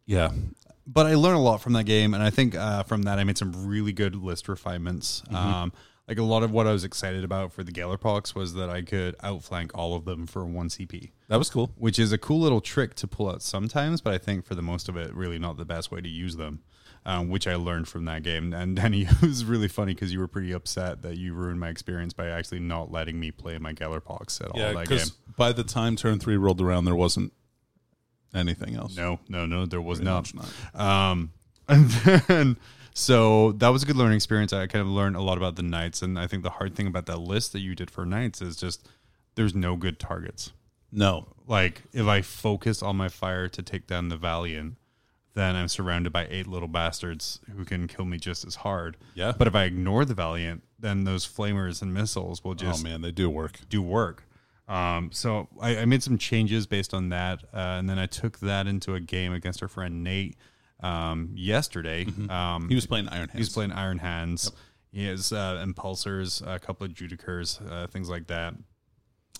B: yeah,
A: but I learned a lot from that game, and I think uh, from that I made some really good list refinements. Um, like a lot of what I was excited about for the Gellerpox was that I could outflank all of them for one CP.
B: that was cool.
A: which is a cool little trick to pull out sometimes, but I think for the most of it, really not the best way to use them, um, which I learned from that game. And Danny, it was really funny because you were pretty upset that you ruined my experience by actually not letting me play my Gellerpox at all
B: Yeah,
A: that game.
B: because by the time turn three rolled around, there wasn't anything else.
A: No, no, no, there was not.
B: much
A: Um, and then, so that was a good learning experience. I kind of learned a lot about the knights, and I think the hard thing about that list that you did for knights is just there's no good targets.
B: no.
A: like if I focus on my fire to take down the Valiant, then I'm surrounded by eight little bastards who can kill me just as hard.
B: Yeah.
A: But if I ignore the Valiant, then those flamers and missiles will just
B: oh man, they do work.
A: do work. Um, so I, I made some changes based on that, uh, and then I took that into a game against our friend Nate um, yesterday.
B: Mm-hmm.
A: Um,
B: He was playing Iron Hands.
A: He's playing Iron Hands. He has uh, impulsors, a couple of judicers, uh, things like that.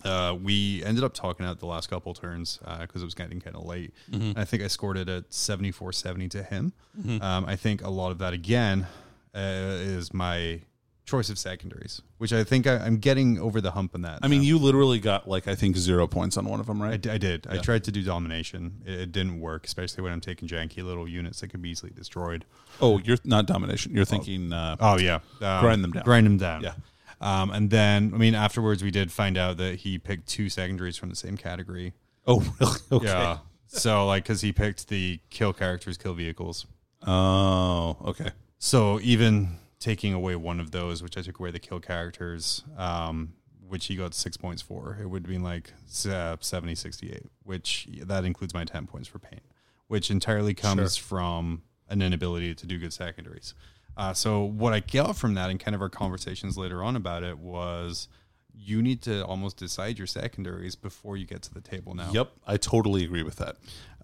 A: Uh, we ended up talking out the last couple turns because it was getting kind of late.
B: Mm-hmm.
A: And I think I scored it at 74 70 to him. Um, I think a lot of that, again, uh, is my choice of secondaries, which I think I, I'm getting over the hump on that. Uh,
B: I mean, you literally got like I think zero points on one of them,
A: I,
B: right?
A: d- I did. I tried to do domination. It, it didn't work, especially when I'm taking janky little units that could be easily destroyed.
B: Oh, you're not domination. You're thinking. Uh,
A: Oh yeah, Um,
B: Grind them down.
A: Grind them down.
B: Yeah.
A: Um, and then, I mean, afterwards, we did find out that he picked two secondaries from the same category.
B: oh, really? Okay.
A: Yeah. so, like, because he picked the kill characters, kill vehicles.
B: Oh, okay.
A: So, even taking away one of those, which I took away the kill characters, um, which he got six points for, it would have been like s- uh, 70, 68, which that includes my 10 points for paint, which entirely comes from an inability to do good secondaries. Uh, so, what I got from that and kind of our conversations later on about it was you need to almost decide your secondaries before you get to the table now.
B: Yep, I totally agree with that.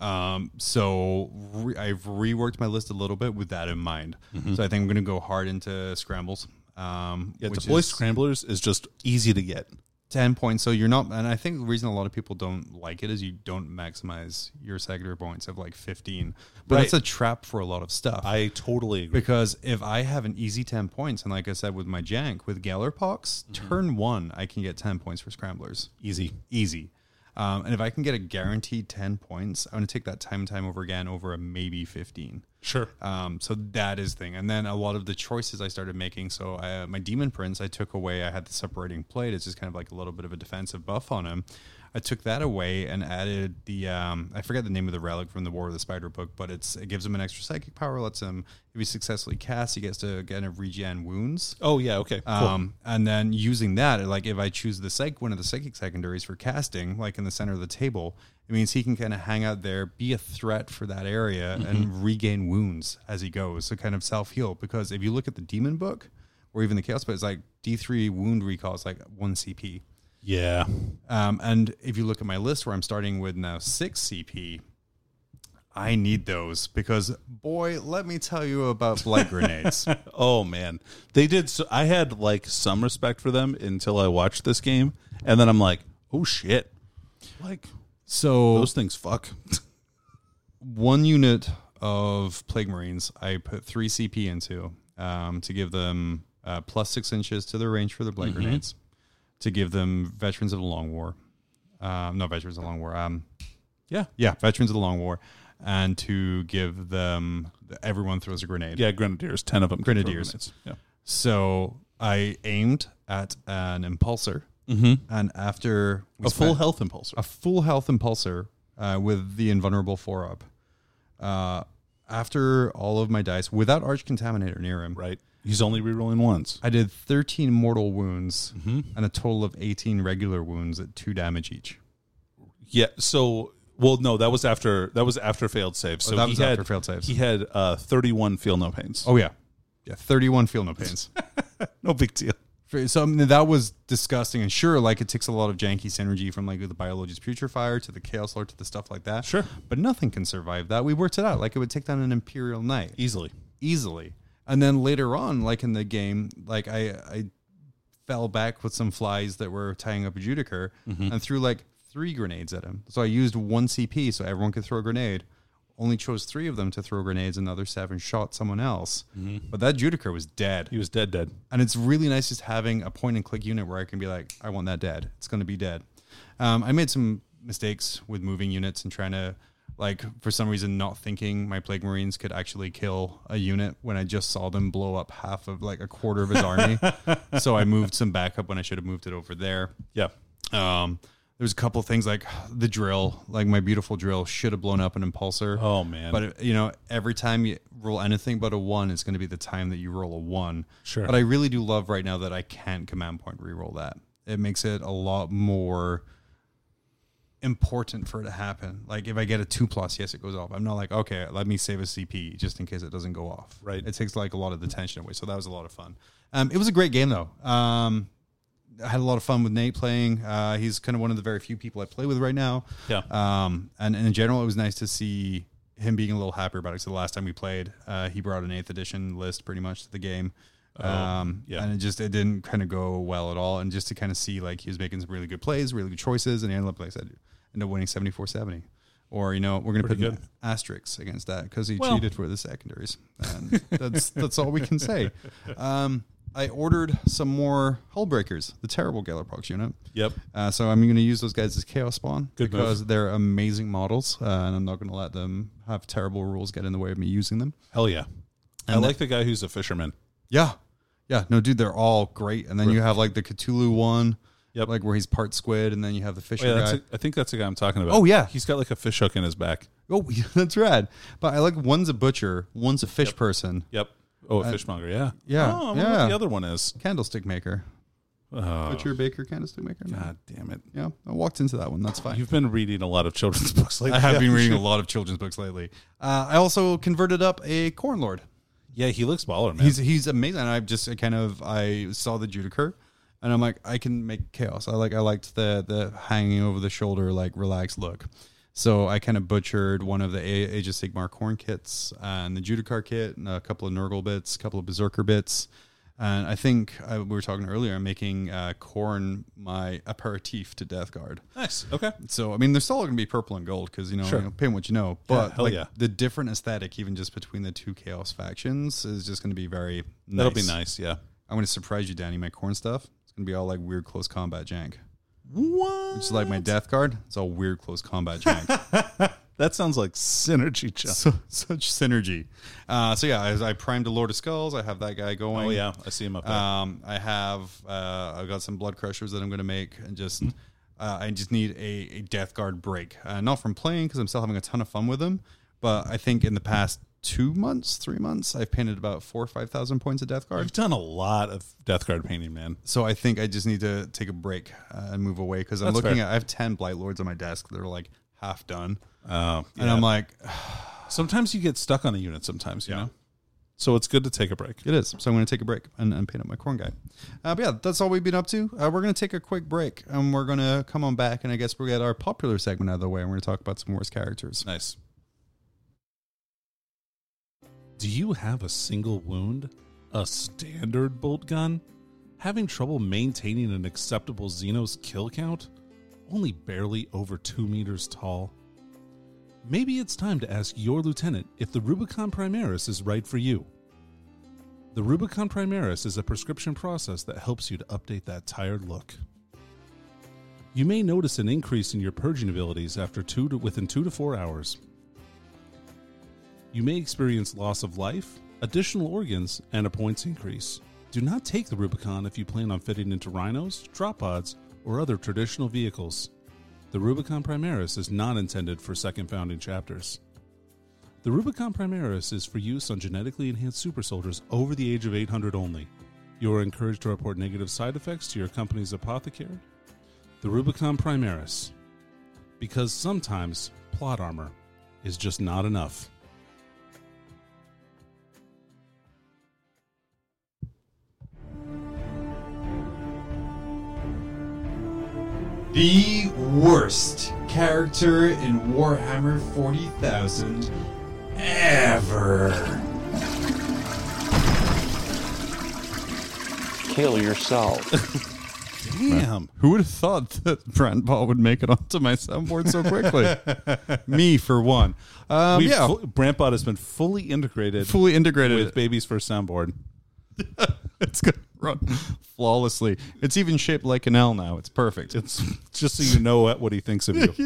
A: Um, so re- I've reworked my list a little bit with that in mind. So I think I'm going to go hard into scrambles. Um,
B: Mm-hmm. Yeah,
A: which
B: deploy
A: is
B: scramblers is just easy to get.
A: ten points. So you're not, and I think the reason a lot of people don't like it is you don't maximize your secondary points of like 15. But
B: Right.
A: that's a trap for a lot of stuff.
B: I totally agree.
A: because if I have an easy 10 points, and like I said with my jank, with Gellerpox, turn one, I can get 10 points for Scramblers.
B: Easy.
A: Easy. Um, and if I can get a guaranteed 10 points, I'm going to take that time and time over again over a maybe 15.
B: Sure.
A: Um, so that is thing. And then a lot of the choices I started making. So I, uh, my demon prince, I took away. I had the separating plate. It's just kind of like a little bit of a defensive buff on him. I took that away and added the um, I forget the name of the relic from the War of the Spider book, but it's it gives him an extra psychic power. Lets him if he successfully casts, he gets to get a regen wounds.
B: Oh yeah. Okay. Cool.
A: Um, and then using that, like if I choose the psych, one of the psychic secondaries for casting, like in the center of the table, it means he can kind of hang out there, be a threat for that area,
B: Mm-hmm.
A: and regain wounds as he goes. So kind of self heal. Because if you look at the demon book or even the chaos book, it's like D3 wound recall is like one CP.
B: yeah.
A: Um, and if you look at my list where I'm starting with now six CP, I need those because boy, let me tell you about blight grenades.
B: Oh man, they did. So I had like some respect for them until I watched this game, and then I'm like, oh shit, like
A: So
B: those things fuck.
A: one unit of plague marines i put three cp into um, to give them uh, plus six inches to their range for their blade
B: Mm-hmm.
A: grenades to give them veterans of the long war um, not veterans of the long war um,
B: yeah.
A: yeah veterans of the long war and to give them everyone throws a grenade
B: Yeah. Grenadiers. Ten of them.
A: Grenadiers.
B: Yeah.
A: so i aimed at an impulsor and after we
B: Mm-hmm. A full
A: spent-
B: health impulsor.
A: a full health impulsor uh, with the invulnerable four up. Uh, after all of my dice, without arch contaminator near him,
B: Uh, right. He's only rerolling once.
A: I did 13 mortal wounds and a total of 18 regular wounds at two damage each.
B: Yeah. So, well, no, that was after that was after failed saves. So
A: that
B: he
A: was
B: had,
A: after failed saves.
B: He had uh, thirty-one feel no pains.
A: Oh yeah, yeah, 31 feel no pains.
B: no big deal.
A: For- So I mean, that was disgusting, and sure, like it takes a lot of janky synergy from like the biologist putrefier to the chaos lord to the stuff like that.
B: Sure.
A: but nothing can survive that. We worked it out. Like it would take down an imperial knight.
B: Easily.
A: easily. And then later on, like in the game, like I I fell back with some flies that were tying up a Judiker and threw like three grenades at him. So I used one CP so everyone could throw a grenade. Only chose three of them to throw grenades. Another seven shot someone else, but that Judiker was dead.
B: He was dead. Dead.
A: And it's really nice just having a point and click unit where I can be like, I want that dead. It's going to be dead. Um, I made some mistakes with moving units and trying to, like, for some reason, not thinking my Plague Marines could actually kill a unit when I just saw them blow up half of, like, a quarter of his army. So I moved some backup when I should have moved it over there.
B: Yeah.
A: Um, there's a couple things like the drill, like my beautiful drill should have blown up an impulsor.
B: Oh, man.
A: But you know, every time you roll anything but a one, it's going to be the time that you roll a one.
B: Sure.
A: But I really do love right now that I can't command point reroll that. It makes it a lot more important for it to happen. Like if I get a two plus, yes, it goes off. I'm not like okay, let me save a CP just in case it doesn't go off.
B: Right.
A: It takes like a lot of the tension away. So that was a lot of fun. Um, it was a great game though. Um, I had a lot of fun with Nate playing. Uh, he's kind of one of the very few people I play with right now.
B: Yeah.
A: Um, and, and in general, it was nice to see him being a little happier about it. 'cause the last time we played, uh, he brought an eighth edition list pretty much to the game. Um,
B: Oh, yeah.
A: and it just, it didn't kind of go well at all. And just to kind of see like he was making some really good plays, really good choices. And he ended up, like I said, ended up winning 74, 70. Or, you know, we're going to put
B: Pretty
A: an asterisk against that because he
B: Well-
A: cheated for the secondaries. And that's, that's all we can say. Um, I ordered some more Hullbreakers, the terrible Gellerpox unit.
B: Yep.
A: Uh, so I'm going to use those guys as Chaos Spawn
B: Good move.
A: because they're amazing models, uh, and I'm not going to let them have terrible rules get in the way of me using them.
B: Hell yeah. I
A: And
B: like the guy who's a fisherman.
A: Yeah, yeah, no, dude, they're all great. And then you have like the Cthulhu one,
B: Yep.
A: like where he's part squid, and then you have the
B: Oh,
A: Fisher
B: yeah,
A: guy.
B: that's a, I think that's the guy I'm talking about.
A: Oh, yeah.
B: He's got like a fish hook in his back.
A: oh, yeah, that's rad. But I like one's a butcher, one's a fish person,
B: Yep. Oh, a fishmonger. Yeah.
A: yeah,
B: Oh, I wonder
A: yeah.
B: what the other one is.
A: candlestick maker,
B: Oh,
A: butcher, baker, candlestick maker.
B: God damn it.
A: Yeah, I walked into that one. That's fine.
B: You've been reading a lot of children's books lately.
A: I have been
B: haven't
A: reading
B: you?
A: a lot of children's books lately. Uh, I also converted up a corn lord.
B: Yeah, he looks baller, man.
A: He's he's amazing. I've just I kind of I saw the Judiker, and I'm like I can make chaos. I like I liked the the hanging over the shoulder like relaxed look. So I kind of butchered one of the a- Age of Sigmar corn kits and the Judicar kit and a couple of Nurgle bits, a couple of Berserker bits, and I think I, we were talking earlier. I'm making uh, corn my aperitif to Death Guard.
B: nice. Okay.
A: So I mean, they're still going to be purple and gold because you know,
B: Sure.
A: you know, pay what you know. But
B: hell
A: like
B: yeah.
A: the different aesthetic, even just between the two chaos factions, is just going to be very. Nice.
B: That'll be nice. Yeah.
A: I'm going to surprise you, Danny. My corn stuff. It's going to be all like weird close combat jank.
B: What?
A: It's like my death card. It's all weird close combat jank.
B: That sounds like synergy, John.
A: so, such synergy. Uh, so yeah, I, I primed a Lord of Skulls. I have that guy going.
B: Oh yeah, I see him up there.
A: Um, I have uh, I've got some blood crushers that I'm going to make, and just
B: Mm-hmm.
A: uh, I just need a, a death guard break. Uh, not from playing because I'm still having a ton of fun with them, but I think in the past two months, three months, I've painted about four or five thousand points of death
B: You've
A: guard.
B: done a lot of Death Guard painting, man.
A: So I think I just need to take a break uh, and move away because I'm
B: That's
A: looking
B: fair.
A: at I have ten blight lords on my desk. They're like half done,
B: Uh,
A: and I'm like,
B: sometimes you get stuck on a unit. Sometimes you
A: Yeah.
B: know, so it's good to take a break.
A: It is. So I'm going to take a break and, and paint up my corn guy. Uh, but yeah, that's all we've been up to. Uh, we're going to take a quick break and we're going to come on back and I guess we'll get our popular segment out of the way and we're going to talk about some worst characters.
B: Nice. Do you have a single wound? A standard bolt gun? Having trouble maintaining an acceptable Xeno's kill count? Only barely over 2 meters tall? Maybe it's time to ask your lieutenant if the Rubicon Primaris is right for you. The Rubicon Primaris is a prescription process that helps you to update that tired look. You may notice an increase in your purging abilities after two to, within two to four hours. You may experience loss of life, additional organs, and a points increase. Do not take the Rubicon if you plan on fitting into rhinos, drop pods, or other traditional vehicles. The Rubicon Primaris is not intended for second founding chapters. The Rubicon Primaris is for use on genetically enhanced super soldiers over the age of 800 only. You are encouraged to report negative side effects to your company's apothecary the Rubicon Primaris. Because sometimes plot armor is just not enough.
A: The worst character in Warhammer 40,000 ever.
C: Kill yourself.
B: Damn.
A: Who would have thought that Brent Paul would make it onto my soundboard so
B: Um,
A: quickly? Me, for one. Um,
B: We've
A: yeah,
B: fu- Brantbot has been fully integrated
A: fully integrated
B: with Baby's First Soundboard.
A: it's going to run flawlessly. It's even shaped like an L now. It's perfect.
B: It's just so you know what- what he thinks of you.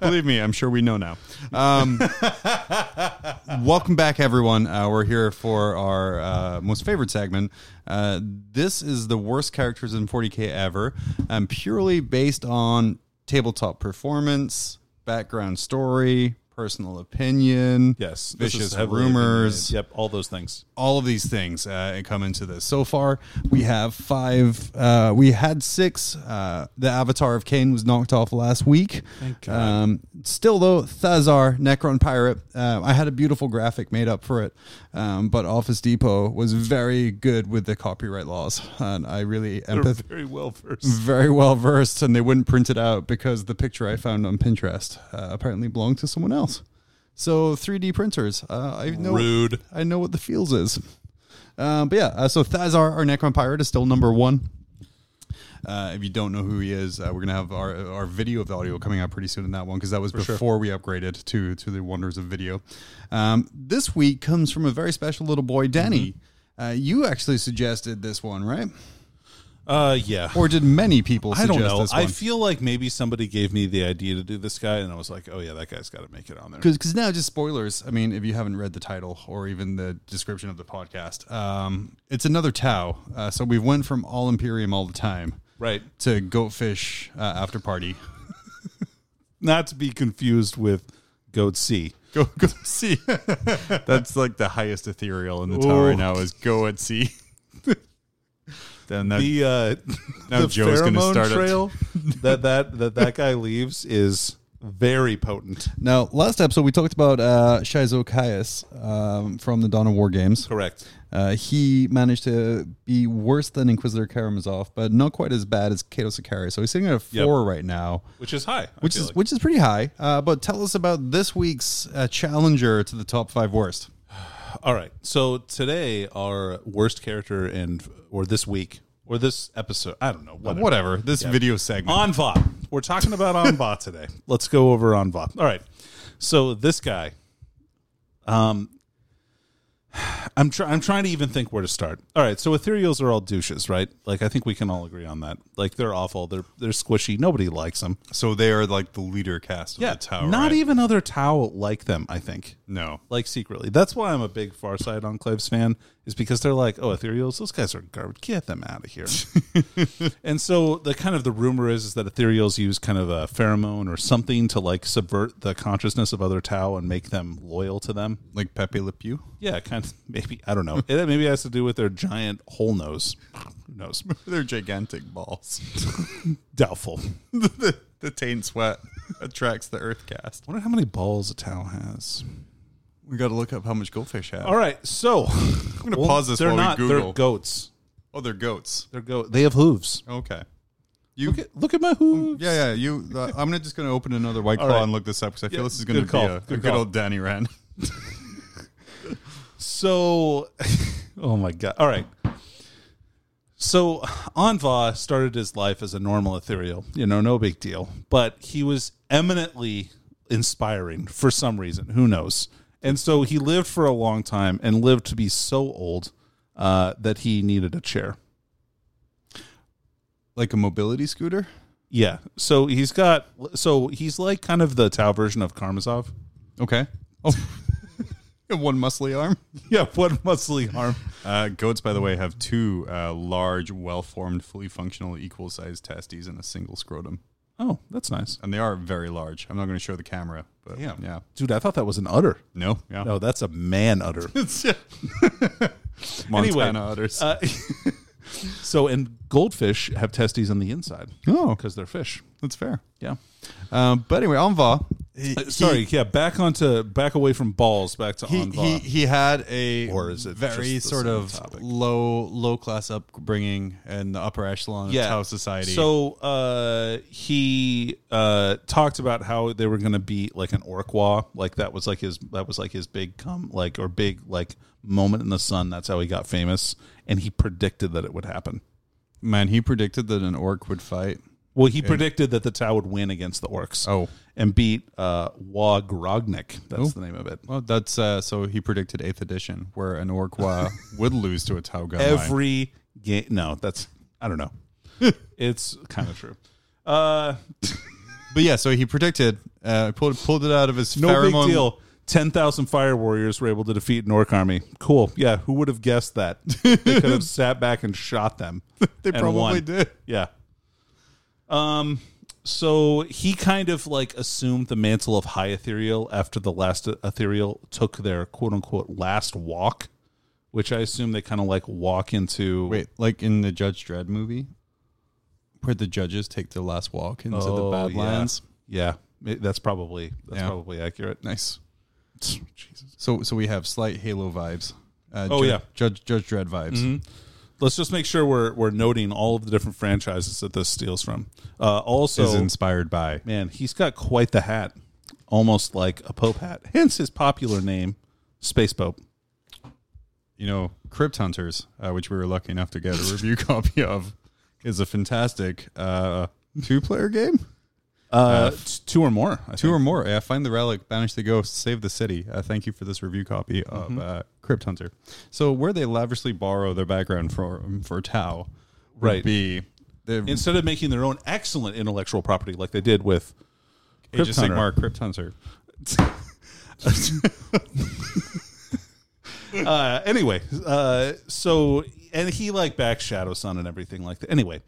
A: Believe me, I'm sure we know now. Um, welcome back, everyone. Uh, we're here for our uh, most favorite segment. Uh, this is the worst characters in 40K ever, um, purely based on tabletop performance, background story, personal opinion,
B: Yes, this has
A: vicious
B: heavily been
A: rumors,
B: made. Yep, all those things.
A: all of these things uh, come into this. So far, we have five. Uh, we had six. Uh, the Avatar of Kane was knocked off last week. Thank God. Um, still, though, Thazar, Necron Pirate. Uh, I had a beautiful graphic made up for it, um, but Office Depot was very good with the copyright laws, and I really
B: They're
A: empath
B: very well versed.
A: very well versed, and they wouldn't print it out because the picture I found on Pinterest uh, apparently belonged to someone else. So 3D printers, uh, I know
B: Rude.
A: I know what the feels is. Um, but yeah, uh, so Thazar, our Necron pirate, is still number one. Uh, if you don't know who he is, uh, we're gonna have our our video of the audio coming out pretty soon in that one because that was before we upgraded to to the wonders of video. Um, this week comes from a very special little boy, Danny.
B: Mm-hmm.
A: Uh, you actually suggested this one, right?
B: Uh, yeah.
A: Or did many people
B: I
A: suggest
B: don't know.
A: this one?
B: I feel like maybe somebody gave me the idea to do this guy, and I was like, oh yeah, that guy's got to make it on there.
A: because now just spoilers. I mean, if you haven't read the title or even the description of the podcast, um, it's another Tau. Uh, so we went from all Imperium all the time
B: Right.
A: to Goatfish uh, after party.
B: Not to be confused with Goat C.
A: Go go see. That's like the highest ethereal in the Tau
B: Ooh.
A: right now is go at sea. Then that
B: The uh,
A: Now
B: the
A: Joe's gonna
B: pheromone
A: start a-
B: trail that that that that guy leaves is very potent.
A: now last episode we talked about uh, Shizo Caius um, from the Dawn of War games.
B: Correct.
A: Uh, he managed to be worse than Inquisitor Karamazov, but not quite as bad as Kato Sakari. So he's sitting at a
B: Yep.
A: four right now,
B: Which is high. I
A: which
B: feel
A: is
B: like.
A: which is pretty high. Uh, but tell us about this week's uh, challenger to the top five worst. Uh,
B: All right. So today, our worst character and or this week or this episode, I don't know. Whatever.
A: Whatever this video segment.
B: Anva. We're talking about Anva today. Let's go over Anva. All right. So this guy, um, I'm trying. I'm trying to even think where to start. All right. So ethereals are all douches, right? Like I think we can all agree on that. Like they're awful. They're they're squishy. Nobody likes them.
A: So they are like the leader cast of
B: Yeah.
A: the tower.
B: Not
A: right?
B: even other Tau like them. I think
A: no.
B: like secretly. That's why I'm a big Far Side Enclaves fan, is because they're like, oh, Ethereals, those guys are garbage. Get them out of here. and so the kind of the rumor is, is that Ethereals use kind of a pheromone or something to like subvert the consciousness of other Tau and make them loyal to them.
A: Like Pepe Le Pew.
B: Yeah, kind of maybe I don't know. It maybe has to do with their giant whole nose. Who knows?
A: They're gigantic balls.
B: Doubtful.
A: the, the taint sweat attracts the earth cast.
B: Wonder how many balls a Tau has.
A: We got to look up how much goldfish have.
B: All right, so I'm
A: gonna pause this
B: They're
A: while we
B: not. They're
A: Google.
B: goats.
A: Oh, they're goats.
B: They're goat. They have hooves.
A: Okay. You
B: Look at, look at my hooves.
A: Yeah, yeah. You, uh, I'm gonna, just going to open another white claw
B: right.
A: and look this up because I feel
B: Yeah,
A: this is going to
B: good
A: be
B: call,
A: a a good,
B: good call.
A: old Danny Rand.
B: So, oh my god! All right. So Anva started his life as a normal ethereal, you know, no big deal. But he was eminently inspiring for some reason, who knows? And so he lived for a long time and lived to be so old uh, that he needed a chair.
A: Like a mobility scooter.
B: Yeah. So he's got. So he's like kind of the Tau version of Karmazov.
A: Okay. Oh, and one muscly arm.
B: Yeah, one muscly arm.
A: Uh, goats, by the way, have two uh, large, well-formed, fully functional, equal-sized testes and a single scrotum,
B: Oh, that's nice.
A: and they are very large. I'm not going to show the camera, but yeah, yeah.
B: dude, I thought that was an udder.
A: No, yeah.
B: No, that's a man udder.
A: Montana
B: Anyway,
A: otters.
B: Uh, so, and goldfish have testes on the inside
A: oh,
B: because they're fish.
A: that's fair.
B: Yeah.
A: Um, but anyway, Anva. he-
B: Uh, Sorry. yeah. Back onto back away from balls. Back to
A: he,
B: Anva.
A: he he had a
B: Or is it just
A: very
B: the
A: sort
B: same
A: of
B: topic?
A: low low class upbringing and the upper echelon
B: yeah.
A: of Tao society.
B: So uh, he uh, talked about how they were going to be like an orqua. Like that was like his that was like his big come like or big like moment in the sun. That's how he got famous, and he predicted that it would happen.
A: man, he predicted that an orc would fight.
B: Well, he predicted that the Tau would win against the orcs.
A: Oh.
B: And beat uh, Wagrognik. That's the name of it.
A: Well, that's uh, so he predicted eighth edition, where an orc wa- would lose to a Tau gunline.
B: every game. No, that's I don't know. it's kind of true. Uh,
A: but yeah, so he predicted, uh, pulled pulled it out of his
B: no
A: pheromone.
B: big deal. Ten thousand fire warriors were able to defeat an orc army. Cool. Yeah, who would have guessed that? they could have sat back and shot them.
A: They
B: and
A: probably
B: won.
A: did.
B: Yeah. Um. so he kind of like assumed the mantle of high ethereal after the last ethereal took their quote unquote last walk, which I assume they kind of like walk into.
A: Wait, like in the Judge Dredd movie, where the judges take their last walk into
B: Oh,
A: the Badlands.
B: Yeah, yeah It- that's probably that's
A: Yeah.
B: probably accurate.
A: Nice.
B: Jesus.
A: So, so we have slight Halo vibes. Uh,
B: Oh,
A: Judge,
B: yeah. Mm-hmm.
A: Judge Judge Dredd vibes.
B: Let's just make sure we're we're noting all of the different franchises that this steals from. Uh, also,
A: Is inspired by.
B: man, he's got quite the hat, almost like a pope hat. Hence his popular name, Space Pope.
A: you know, Crypt Hunters, uh, which we were lucky enough to get a review copy of, is a fantastic uh, two player game.
B: Uh, t- two or more. I
A: Two
B: think.
A: or more. Yeah, find the relic, banish the ghost, save the city. Uh, thank you for this review copy of
B: Mm-hmm.
A: uh, Crypt Hunter. So, where they lavishly borrow their background for for Tau, would
B: Right.
A: Be the
B: instead of making their own excellent intellectual property like they did with
A: Age
B: Crypt
A: of
B: Hunter.
A: Sigmar Crypt Hunter.
B: uh, anyway uh, so and he like backs shadow sun and everything like that anyway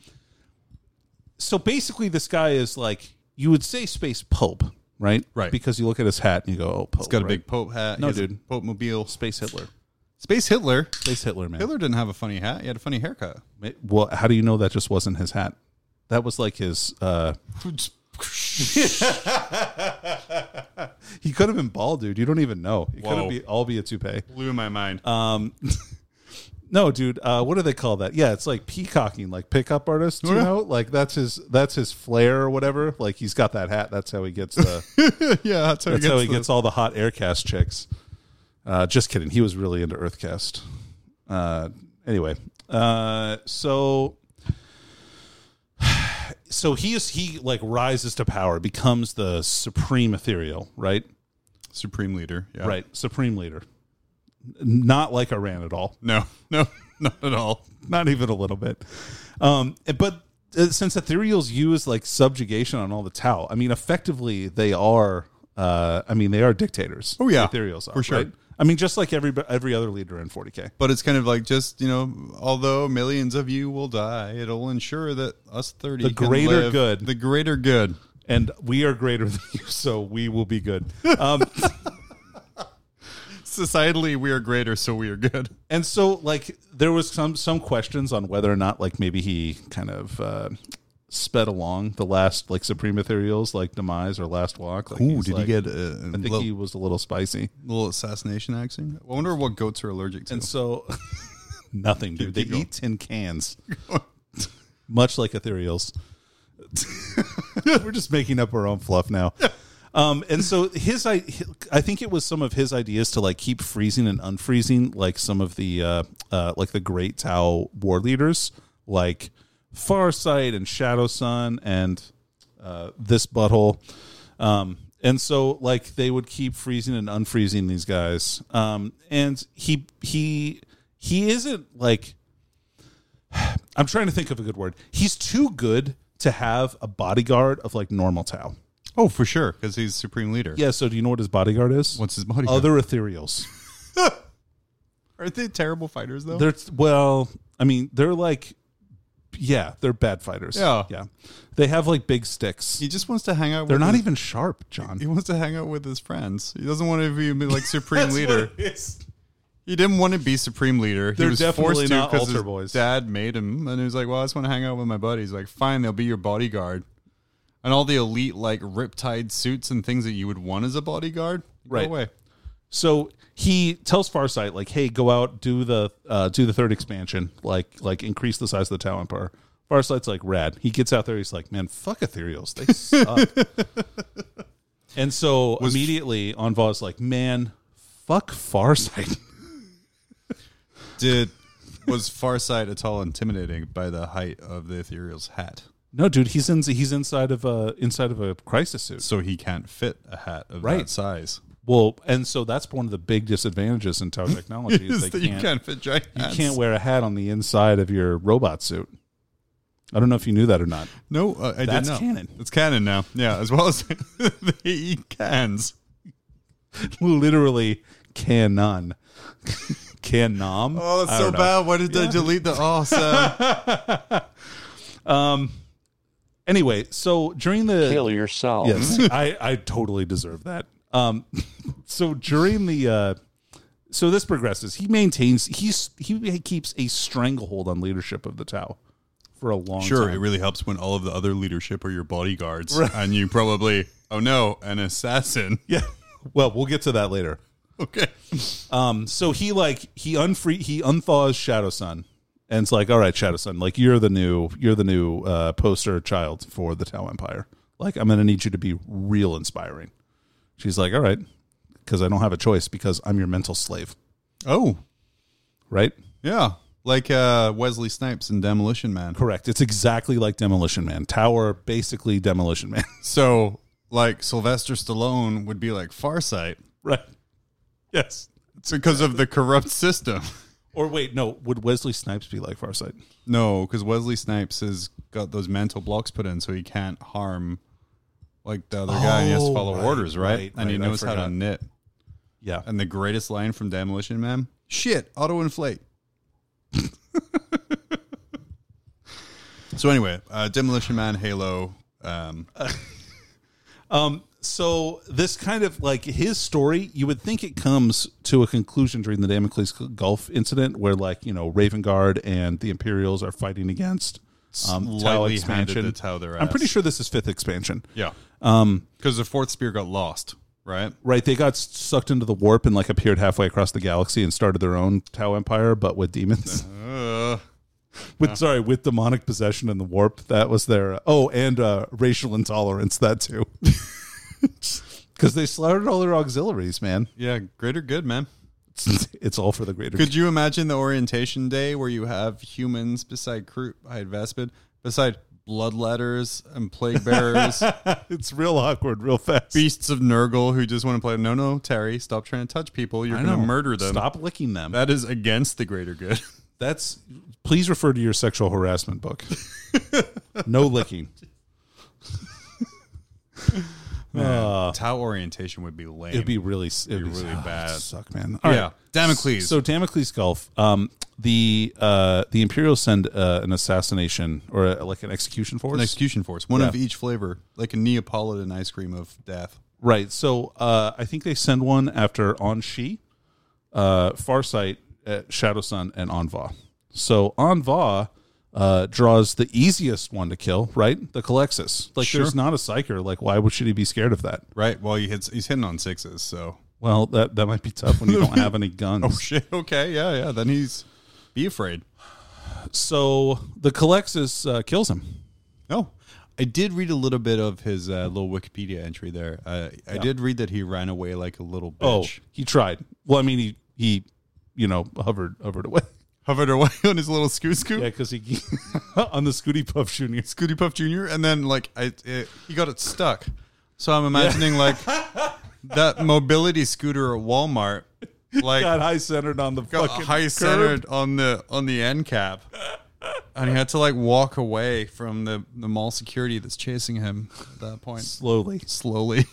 B: so basically this guy is like you would say space pope right
A: Right.
B: because you look at his hat and you go oh pope
A: It's got a
B: right?
A: big Pope hat.
B: No,
A: he has a
B: dude.
A: Pope mobile.
B: space hitler
A: Space Hitler.
B: space hitler man
A: Hitler didn't have a funny hat. He had a funny haircut.
B: Ma- well how do you know that just wasn't his hat that was like his uh he could have been bald dude you don't even know it could have
A: Whoa.
B: be all be a toupee
A: Blew my mind.
B: Um, no, dude. Uh, what do they call that? Yeah, it's like peacocking, like pickup artist. You
A: Yeah.
B: know, like that's his that's his flair or whatever. Like he's got that hat. That's how he gets the.
A: yeah, that's how
B: that's
A: he gets.
B: how he
A: the-
B: gets all the hot aircast chicks. Uh, just kidding. He was really into Earthcast. Uh, anyway, uh, so so he is he like rises to power, becomes the supreme ethereal, right?
A: Supreme leader. Yeah.
B: Right, supreme leader. Not like Iran at all.
A: No, no, not at all.
B: not even a little bit. Um, but uh, since ethereals use like subjugation on all the Tau, I mean, effectively they are. Uh, I mean, they are dictators.
A: Oh, yeah.
B: The ethereals are
A: For sure.
B: right? I mean, just like every every other leader in 40k.
A: But it's kind of like just you know, although millions of you will die, it'll ensure that us thirty,
B: The
A: can
B: greater
A: live.
B: good.
A: the greater good.
B: And we are greater than you, so we will be good. Um,
A: Societally, we are greater, so we are good.
B: and so, like, there was some some questions on whether or not, like, maybe he kind of uh, sped along the last like Supreme Ethereals, like demise or last walk. Like, he's like-
A: a,
B: I think he was a uh, little spicy.
A: little assassination action? I wonder what goats are allergic to.
B: And so, nothing, dude. They
A: keep going.
B: eat tin cans, much like ethereals. We're just making up our own fluff now. Um, and so his, I, I think it was some of his ideas to like keep freezing and unfreezing, like some of the, uh, uh, like the great Tao war leaders, like Farsight and Shadow Sun and uh, this butthole. Um, and so like they would keep freezing and unfreezing these guys. Um, and he he he isn't like I'm trying to think of a good word. He's too good to have a bodyguard of like normal Tao.
A: oh, for sure, because he's supreme leader.
B: Yeah, so do you know what his bodyguard is?
A: What's his body?
B: Other ethereals.
A: Aren't they terrible fighters though?
B: They're well, I mean, they're like yeah, they're bad fighters.
A: Yeah.
B: Yeah. They have like big sticks.
A: he just wants to hang out.
B: They're
A: with
B: not
A: his,
B: even sharp, John.
A: He wants to hang out with his friends. He doesn't want to be like supreme leader.
B: It's
A: He didn't want to be supreme leader.
B: They're
A: he was
B: definitely
A: forced to
B: not
A: 'cause
B: altar
A: his
B: boys.
A: Dad made him, and he was like, "Well, I just want to hang out with my buddies." Like, fine, they'll be your bodyguard, and all the elite like riptide suits and things that you would want as a bodyguard.
B: Right.
A: Go away.
B: So he tells Farsight, like, "Hey, go out, do the uh, do the third expansion, like like increase the size of the Tau Empire." Farsight's like, "Rad." He gets out there. He's like, "Man, fuck Ethereals, they suck." and so immediately, Anva's like, "Man, fuck Farsight."
A: Did was Farsight at all intimidating by the height of the Ethereal's hat?
B: no, dude, he's in he's inside of a inside of a crisis suit.
A: So he can't fit a hat of
B: Right.
A: that size.
B: Well, and so that's one of the big disadvantages in Tau technology
A: Is
B: is they
A: that
B: can't,
A: you can't fit giant
B: you
A: hats.
B: can't wear a hat on the inside of your robot suit. I don't know if you knew that or not.
A: No, uh, I didn't
B: That's
A: know.
B: canon.
A: It's canon now. Yeah, as well as they eat cans.
B: literally canon. Canom.
A: Oh, that's
B: I
A: so
B: don't know.
A: bad. Why did they delete the awesome?
B: Anyway, so during the
C: Kill yourself.
B: Yes, I, I totally deserve that. Um, so during the uh, so this progresses. He maintains he's he keeps a stranglehold on leadership of the Tau for a long
A: Sure,
B: time.
A: it really helps when all of the other leadership are your bodyguards, and you probably, oh no, an assassin.
B: Yeah. Well, we'll get to that later.
A: Okay,
B: Um, so he like he unfree he unthaws Shadow Sun, and it's like, all right, Shadow Sun, like you're the new you're the new uh, poster child for the Tau Empire. Like I'm gonna need you to be real inspiring. She's like, all right, because I don't have a choice because I'm your mental slave,
A: oh
B: right?
A: yeah, like uh, Wesley Snipes in Demolition Man.
B: Correct. It's exactly like Demolition Man. Tower, basically Demolition Man.
A: So, like Sylvester Stallone would be like Farsight
B: right. Yes.
A: because of the corrupt system.
B: Or wait, no. Would Wesley Snipes be like Farsight?
A: No, because Wesley Snipes has got those mental blocks put in, so he can't harm like the other guy. He has to
B: Oh,
A: follow
B: right,
A: orders, right?
B: right,
A: and he
B: right, I
A: knows how to
B: forgot.
A: knit.
B: Yeah.
A: And the greatest line from Demolition Man: "Shit, auto inflate." so anyway, uh, Demolition Man, Halo. Um,
B: Um, so this kind of like his story, you would think it comes to a conclusion during the Damocles Gulf incident, where like you know Raven Guard and the Imperials are fighting against um, Tau
A: Lightly handed
B: expansion.
A: the Tau their
B: I'm
A: ass.
B: pretty sure this is fifth expansion.
A: yeah, because the fourth spear got lost, right?
B: Right, they got sucked into the warp and like appeared halfway across the galaxy and started their own Tau Empire, but with demons.
A: Uh,
B: with sorry, with demonic possession and the warp. That was their oh, and uh, racial intolerance. That too, because they slaughtered all their auxiliaries. Man,
A: yeah, greater good, man.
B: it's, it's all for the greater.
A: Could you imagine the orientation day where you have humans beside crew beside Vespid, beside bloodletters and plague bearers,
B: good. it's real awkward, real fast.
A: beasts of Nurgle who just want to play? No, no, Terry, stop trying to touch people. You're
B: I
A: going to
B: know.
A: murder them.
B: Stop licking them.
A: That is against the greater good.
B: That's please refer to your sexual harassment book. no licking. Uh,
A: Tau orientation would be lame.
B: it'd be really, it'd be
A: really bad.
B: it'd Suck, man. All right.
A: yeah, Damocles.
B: So Damocles Gulf, um, the uh, the Imperials send uh, an assassination or uh like an execution force.
A: an execution force, one
B: Yeah.
A: of each flavor, like a Neapolitan ice cream of death.
B: right. So uh, I think they send one after Anshi, uh, Farsight, uh, Shadow Sun, and Anva. So Anva uh, draws the easiest one to kill, right? The Calexis. Like
A: Sure.
B: there's not a psyker. Like why would should he be scared of that?
A: Right. Well, he hits. He's hitting on sixes. So.
B: Well, that that might be tough when you don't have any guns.
A: Oh shit. Okay. Yeah. Yeah. Then he's be afraid.
B: So the Calexis uh, kills him.
A: No. Oh. I did read a little bit of his uh, little Wikipedia entry there. Uh, I did read that he ran away like a little
B: Oh,
A: bitch.
B: he tried. Well, I mean, he he, you know, hovered hovered away.
A: Hovered away on his little scoot scoot.
B: Yeah, because he on the Scooty Puff Junior.
A: Scooty Puff Jr. And then like I, it, he got it stuck. So I'm imagining like that mobility scooter at Walmart, like
B: Got high centered on the
A: got
B: fucking
A: high
B: curb.
A: centered on the on the end cap. And he had to like walk away from the, the mall security that's chasing him at that point
B: slowly.
A: slowly.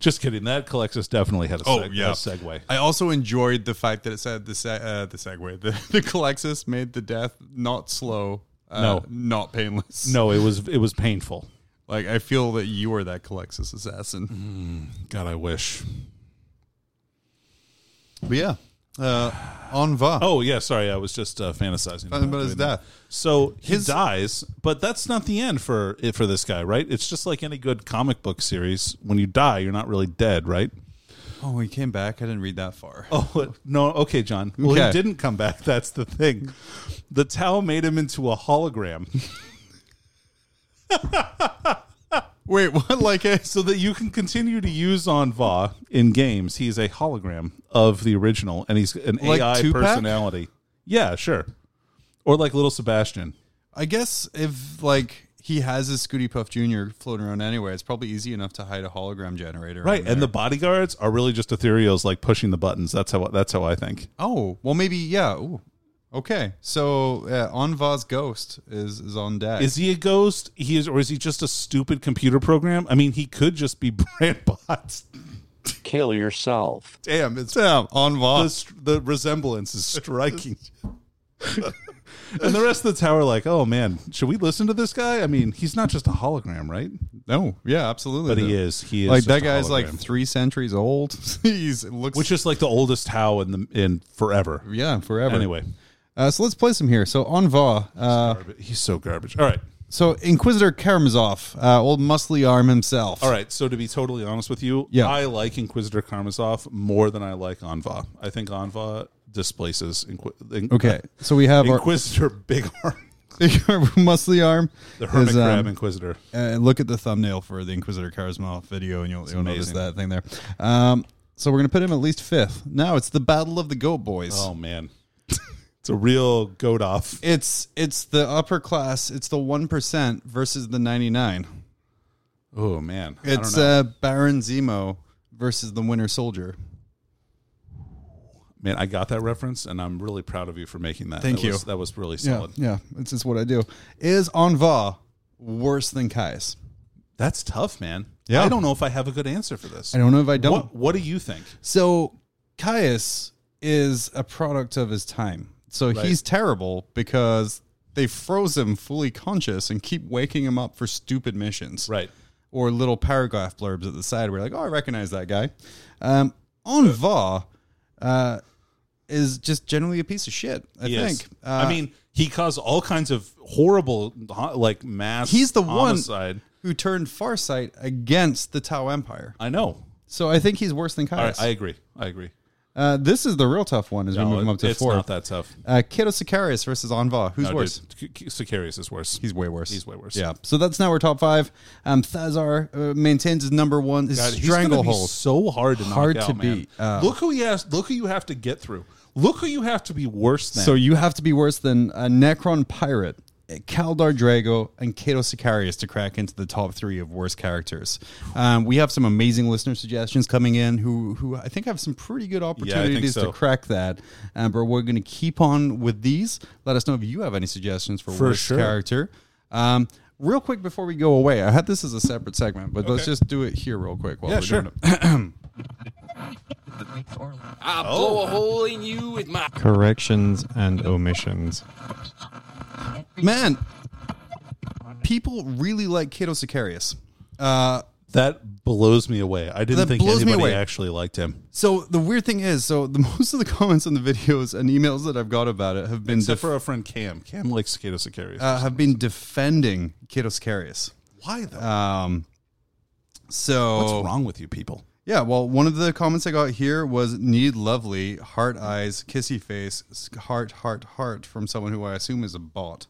B: Just kidding. That Calexis definitely had a,
A: Oh,
B: seg-
A: yeah.
B: a segue.
A: I also enjoyed the fact that it said the se- uh, the segue the the Calexis made the death not slow, uh,
B: No.
A: not painless.
B: No, it was it was painful.
A: like I feel that you are that Calexis
B: Mm-hmm.
A: assassin.
B: God, I wish.
A: But yeah, uh, on va
B: Oh yeah, sorry. I was just uh, fantasizing
A: Talking about his
B: doing that.
A: death.
B: So his dies, but that's not the end for eh, for this guy, right? It's just like any good comic book series. When you die, you're not really dead, right?
A: Oh, he came back. I didn't read that far.
B: Oh no, okay, John. Well,
A: Okay.
B: he didn't come back. That's the thing. The Tao made him into a hologram
A: Wait, what? Like a
B: so that you can continue to use on Va in games. He's a hologram of the original, and he's an
A: Like
B: AI
A: Tupac?
B: personality. Yeah, sure. Or like little Sebastian.
A: I guess if like he has his Scooty Puff Junior floating around anyway, it's probably easy enough to hide a hologram generator.
B: Right,
A: on
B: and the
A: there.
B: bodyguards are really just Ethereals, like pushing the buttons. That's how that's how I think.
A: oh well, maybe yeah. Ooh. Okay, so uh, Anva's ghost is is on deck.
B: Is he a ghost? He is, or is he just a stupid computer program? I mean, he could just be brand bots.
C: Kill yourself.
A: Damn, it's damn on
B: The,
A: Voss.
B: str- the resemblance is striking. and the rest of the tower, like, oh man, should we listen to this guy? I mean, he's not just a hologram, right?
A: No, yeah, absolutely.
B: But he
A: though.
B: is. He is
A: like
B: just
A: that
B: a
A: guy's like
B: hologram.
A: three centuries old. He's looks
B: which is like the oldest Tao in the in forever.
A: yeah forever.
B: Anyway,
A: uh, so let's play some here. So on Va, uh,
B: Garb- he's so garbage. All right,
A: so Inquisitor Karamazov, uh, old muscly arm himself.
B: all right. So to be totally honest with you,
A: Yeah.
B: I like Inquisitor Karmazov more than I like Anva. I think Anva displaces Inqui- in-
A: Okay, so we have our
B: Inquisitor Big Arm,
A: muscly arm.
B: the hermit
A: is, um,
B: crab Inquisitor.
A: uh, look at the thumbnail for the Inquisitor Karamazov video, and you'll, you'll notice
B: amazing.
A: that thing there. Um, so we're gonna put him at least fifth. Now it's the Battle of the Goat Boys.
B: Oh man, it's a real goat off.
A: It's it's the upper class. It's the one percent versus the ninety nine.
B: Oh man, I don't
A: It's
B: know.
A: uh, Baron Zemo versus the Winter Soldier.
B: man. I got that reference, and I'm really proud of you for making that.
A: Thank
B: That was-
A: you.
B: that was really solid.
A: yeah. It's just what I do. Is Anva worse than Kai's?
B: That's tough, man.
A: Yeah.
B: I don't know if I have a good answer for this.
A: I don't know if I don't.
B: What What do you think?
A: So Caius is a product of his time. So
B: Right.
A: he's terrible because they froze him fully conscious and keep waking him up for stupid missions.
B: Right.
A: Or little paragraph blurbs at the side where like, oh, I recognize that guy. Um, on Va uh, is just generally a piece of shit, I
B: Yes.
A: think. Uh,
B: I mean, he caused all kinds of horrible, ho- like mass.
A: He's the one-
B: homicide.
A: who turned Farsight against the Tau Empire.
B: I know.
A: So I think he's worse than
B: All right,
A: Caius.
B: I agree. I agree.
A: uh, this is the real tough one as we move
B: No,
A: him up to
B: it's
A: four.
B: not that tough.
A: Uh, Kato Sicarius versus Anva. Who's
B: No,
A: worse?
B: dude, K- K- Sicarius is worse.
A: He's way worse.
B: He's way worse.
A: Yeah. So that's now our top five. Um, Thazar uh, maintains his number one his
B: God, he's gonna be
A: stranglehold.
B: so hard to knock
A: Hard to
B: out, man.
A: beat. Uh,
B: look who he has. Look who you have to get through. Look who you have to be worse than.
A: So you have to be worse than a Necron pirate, Kaldar Drago, and Kato Sicarius to crack into the top three of worst characters. Um, we have some amazing listener suggestions coming in who who I think have some pretty good opportunities
B: so.
A: to crack that. Um, but we're going to keep on with these. Let us know if you have any suggestions for,
B: For
A: worst
B: sure.
A: character. Um, real quick before we go away, I had this as a separate segment, but let's just do it here real quick while
B: yeah,
A: we're
B: sure.
A: doing it.
E: I'll blow a hole in you with my
F: corrections and omissions.
A: Man, people really like Kato Sicarius. Uh,
B: That blows me away. I didn't
A: That
B: think
A: blows me
B: anybody
A: away.
B: actually liked him.
A: so the weird thing is, so the most of the comments on the videos and emails that I've got about it have been
B: Except
A: def-
B: for our friend Cam. Cam likes Kato Sicarius.
A: uh, have been defending Kato Sicarius.
B: Why though?
A: Um, so
B: What's wrong with you people?
A: Yeah, well, one of the comments I got here was "need lovely heart eyes kissy face s- heart heart heart" from someone who I assume is a bot.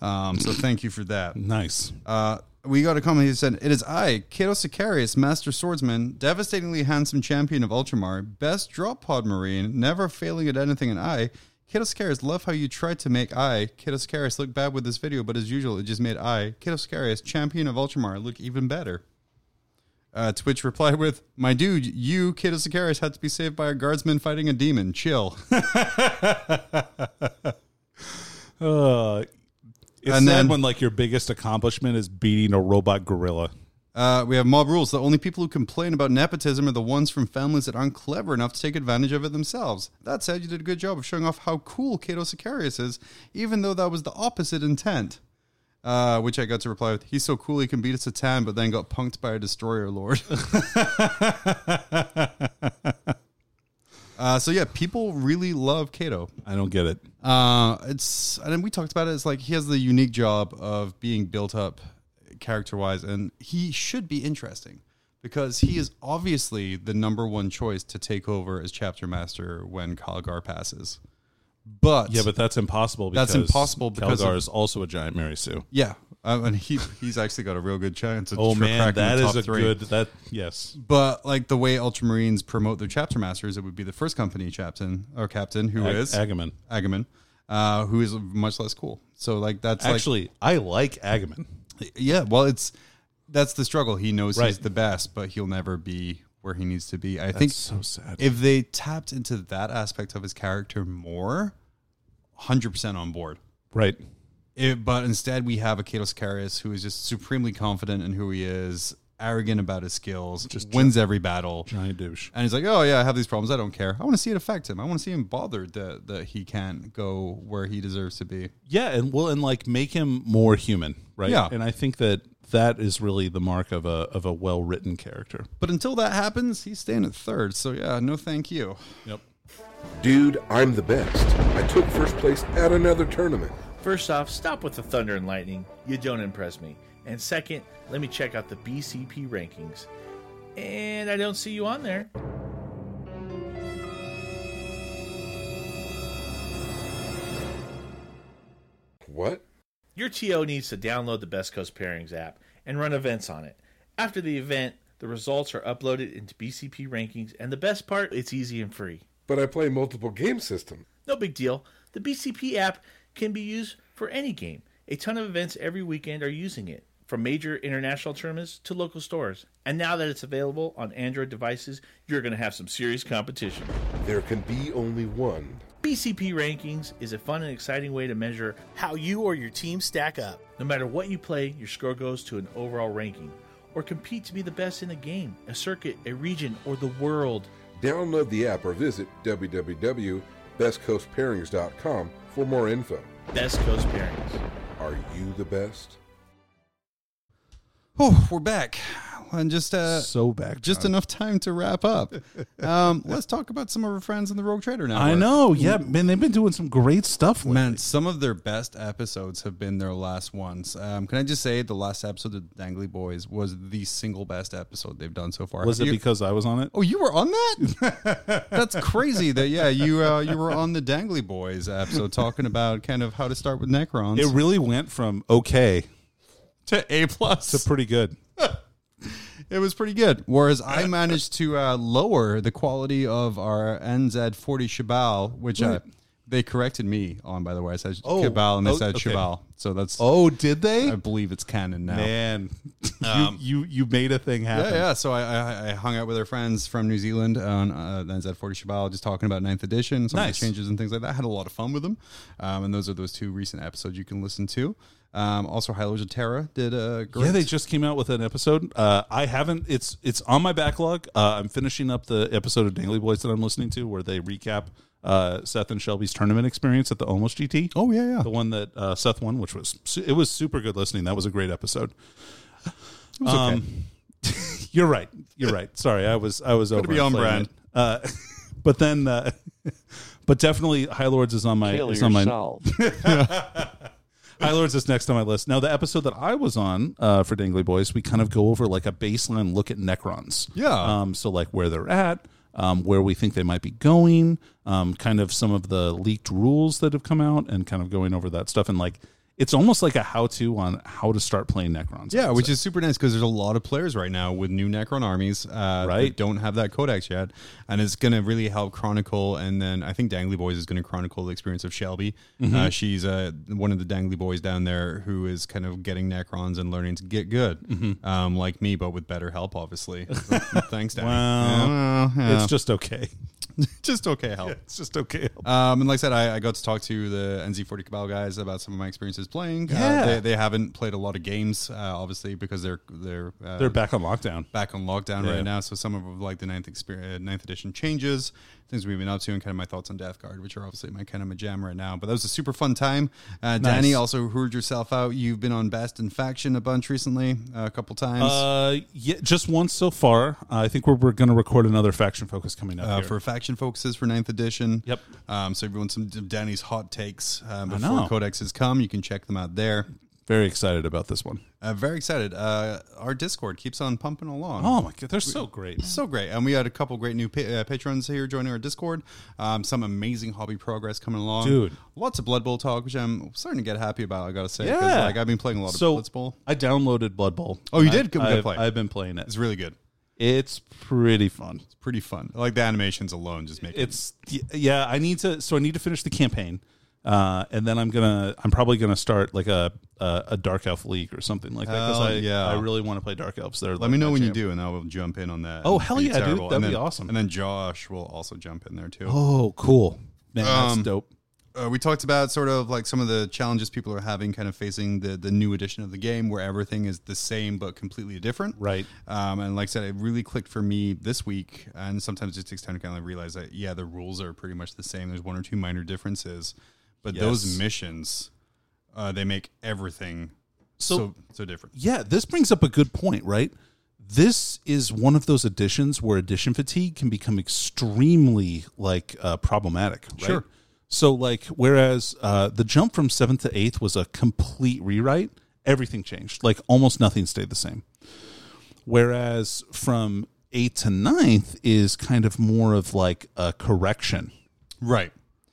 A: Um, so thank you for that.
B: Nice.
A: Uh, we got a comment. He said, "It is I, Kato Sicarius, Master Swordsman, devastatingly handsome champion of Ultramar, best drop pod marine, never failing at anything." And I, Kato Sicarius, love how you tried to make I, Kato Sicarius, look bad with this video, but as usual, it just made I, Kato Sicarius, champion of Ultramar, look even better. Uh, to which replied with, "My dude, you, Kato Sicarius, had to be saved by a guardsman fighting a demon. Chill."
B: Uh, it's
A: And
B: sad
A: then-
B: when like your biggest accomplishment is beating a robot gorilla.
A: Uh, we have mob rules. The only people who complain about nepotism are the ones from families that aren't clever enough to take advantage of it themselves. That said, you did a good job of showing off how cool Kato Sicarius is, even though that was the opposite intent. Uh, which I got to reply with, he's so cool he can beat a Satan, but then got punked by a destroyer lord. uh, so yeah, people really love Kato.
B: I don't get it.
A: Uh, it's and then we talked about it. It's like he has the unique job of being built up character wise, and he should be interesting because he is obviously the number one choice to take over as chapter master when Kalgar passes. But
B: Yeah, but that's impossible. Because
A: That's impossible because
B: Kelgar
A: of-
B: is also a giant Mary Sue.
A: yeah, uh, and he he's actually got a real good chance. Of
B: Oh
A: for
B: man,
A: cracking
B: that
A: the
B: is
A: top
B: a
A: three.
B: good that yes.
A: But like the way Ultramarines promote their chapter masters, it would be the first company captain or captain who
B: Ag-
A: is
B: Agamemnon.
A: Agamemnon, uh, who is much less cool. So like that's like,
B: Actually, I like Agamemnon.
A: Yeah, well, it's that's the struggle. He knows he's
B: Right.
A: the best, but he'll never be where he needs to be. I think
B: so sad.
A: if they tapped into that aspect of his character more, hundred percent on board.
B: right.
A: It, but instead, we have a Kato Sicarius who is just supremely confident in who he is, arrogant about his skills, just wins every battle.
B: Giant douche.
A: And he's like, "Oh yeah, I have these problems. I don't care. I want to see it affect him. I want to see him bothered that that he can't go where he deserves to be."
B: Yeah, and well, and like make him more human, right?
A: Yeah.
B: and I think that that is really the mark of a of a well written character.
A: But until that happens, he's staying at third. So yeah, no thank you.
B: Yep.
G: Dude, I'm the best. I took first place at another tournament.
H: First off, stop with the thunder and lightning. You don't impress me. And second, let me check out the BCP rankings. And I don't see you on there.
G: What?
H: Your TO needs to download the Best Coast Pairings app and run events on it. After the event, the results are uploaded into BCP rankings, and the best part, it's easy and free.
G: But I play multiple game system.
H: No big deal. The BCP app can be used for any game. A ton of events every weekend are using it, from major international tournaments to local stores. And now that it's available on Android devices, you're going to have some serious competition.
G: There can be only one.
H: BCP Rankings is a fun and exciting way to measure how you or your team stack up. No matter what you play, your score goes to an overall ranking, or compete to be the best in a game, a circuit, a region, or the world.
G: Download the app or visit www.bestcoastpairings.com for more info.
H: Best Coast Pairings.
G: Are you the best?
A: Oh, we're back, and just uh,
B: so back,
A: just
B: John.
A: enough time to wrap up. Um, let's talk about some of our friends in the Rogue Trader now.
B: I know. Yeah, man, they've been doing some great stuff. Lately.
A: Man, some of their best episodes have been their last ones. Um, can I just say the last episode of the Dangly Boys was the single best episode they've done so far.
B: was
A: Have
B: it
A: you-
B: because I was on it?
A: Oh, you were on that? That's crazy. That yeah, you uh, you were on the Dangly Boys episode talking about kind of how to start with Necrons
B: It really went from okay
A: to A plus.
B: to pretty good.
A: It was pretty good. Whereas I managed to uh, lower the quality of our NZ40 Cheval, which uh, they corrected me on. By the way, I said
B: Oh,
A: Cheval and they
B: oh,
A: said
B: okay.
A: Cheval. So that's
B: Oh, did they?
A: I believe it's canon now.
B: Man, you, you you made a thing happen.
A: Yeah, yeah. So I, I I hung out with our friends from New Zealand on uh, the NZ40 Cheval, just talking about Ninth Edition, some
B: Nice.
A: of the changes and things like that. had a lot of fun with them, um, and those are those two recent episodes you can listen to. Um, also, High Lords of Terra did a great.
B: Yeah, they just came out with an episode. Uh, I haven't. It's it's on my backlog. Uh, I'm finishing up the episode of Daily Boys that I'm listening to, where they recap uh, Seth and Shelby's tournament experience at the Almost GT.
A: oh yeah, yeah.
B: the one that uh, Seth won, which was su- it was super good listening. That was a great episode. Um, you're right. You're right. Sorry, I was I was over
A: to be on
B: inflating
A: brand.
B: it. Uh, but then, uh, but definitely, High Lords is on my
C: Kill
B: is on my
C: yourself.
B: High Lords is next on my list. Now, the episode that I was on uh, for Dangly Boys, we kind of go over like a baseline look at Necrons.
A: Yeah.
B: Um, so, like where they're at, um, where we think they might be going, um, kind of some of the leaked rules that have come out, and kind of going over that stuff. And like, it's almost like a how to on how to start playing Necrons. I
A: Yeah,
B: would
A: which
B: say.
A: is super nice because there's a lot of players right now with new Necron armies, uh,
B: Right.
A: That don't have that codex yet, and it's going to really help chronicle. And then I think Dangly Boys is going to chronicle the experience of Shelby.
B: Mm-hmm.
A: Uh, she's uh, one of the Dangly Boys down there who is kind of getting Necrons and learning to get good,
B: Mm-hmm.
A: um, like me, but with better help, obviously. Thanks, Danny.
B: Wow.
A: Yeah, well, yeah.
B: It's just okay.
A: just okay help.
B: It's just okay.
A: Um, and like I said, I, I got to talk to the NZ40 Cabal guys about some of my experiences playing.
B: Yeah.
A: Uh, they, they haven't played a lot of games, uh, obviously, because they're they're uh,
B: They're back on lockdown.
A: back on lockdown
B: Yeah.
A: right now. So some of like the ninth experience, ninth edition changes, things we've been up to, and kind of my thoughts on Death Guard, which are obviously my kind of my jam right now. But that was a super fun time. Uh, Danny also heard yourself out. You've been on Best in Faction a bunch recently, uh, a couple times
B: Uh, yeah, just once so far. I think we're, we're going to record another faction focus coming up
A: uh,
B: here.
A: for faction focuses for ninth edition.
B: Yep.
A: Um, so if you want some of Danny's hot takes uh, before
B: know.
A: codexes come, you can check them out there.
B: Very excited about this one.
A: Uh, very excited. Uh, our Discord keeps on pumping along.
B: Oh my god, they're so great.
A: so great. And we had a couple great new pa- uh, patrons here joining our Discord. Um, some amazing hobby progress coming along,
B: Dude.
A: Lots of Blood Bowl talk, which I'm starting to get happy about. I gotta say, 'cause,
B: Yeah.
A: like I've been playing a lot of
B: so
A: Blitz Bowl.
B: I downloaded Blood Bowl.
A: Oh, you
B: I-
A: did? Good- good
B: I've,
A: play.
B: I've been playing
A: It's
B: it.
A: really good.
B: It's pretty fun.
A: It's pretty fun. Like the animations alone just make it.
B: It's y- yeah. I need to. So I need to finish the campaign, uh, and then I'm gonna. I'm probably gonna start like a a, a dark elf league or something like that.
A: Hell
B: I
A: yeah.
B: I really want to play dark elves. There.
A: Let me know when you do, and I will jump in on that.
B: Oh,
A: It'd
B: hell
A: be
B: yeah, dude.
A: terrible.
B: That'd
A: And
B: be
A: then-
B: awesome.
A: And then Josh will also jump in there too.
B: Oh, cool. Man,
A: Um,
B: that's dope.
A: uh, we talked about sort of like some of the challenges people are having, kind of facing the the new edition of the game, where everything is the same but completely different.
B: Right.
A: Um, and like I said, it really clicked for me this week. And sometimes it takes time to kind of realize that yeah, the rules are pretty much the same. There's one or two minor differences, but
B: Yes.
A: those missions, uh, they make everything
B: So-
A: so so, different.
B: Yeah, this brings up a good point, right? This is one of those editions where edition fatigue can become extremely like uh, problematic, right?
A: Sure.
B: So like whereas uh, the jump from 7th to 8th was a complete rewrite, everything changed. Like almost nothing stayed the same. Whereas from 8 to 9th is kind of more of like a correction,
A: Right.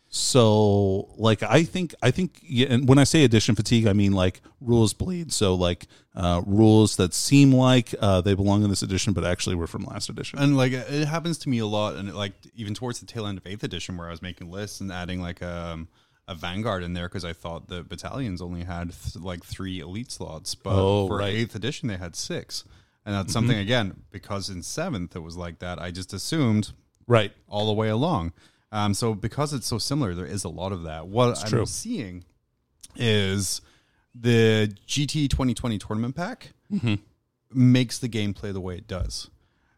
B: so like I think I think yeah, and when I say edition fatigue, I mean like rules bleed. So like uh, rules that seem like uh, they belong in this edition, but actually were from last edition.
A: and like it happens to me a lot and it, like even towards the tail end of eighth edition where i was making lists and adding like um a vanguard in there because i thought the battalions only had th- like three elite slots but
B: Oh,
A: for
B: right. Mm-hmm.
A: eighth edition they had six and that's something again because in seventh it was like that i just assumed
B: right.
A: all the way along. Um, so because it's so similar, there is a lot of that. What I'm
B: true.
A: seeing is the GT 2020 tournament pack
B: Mm-hmm.
A: makes the game play the way it does.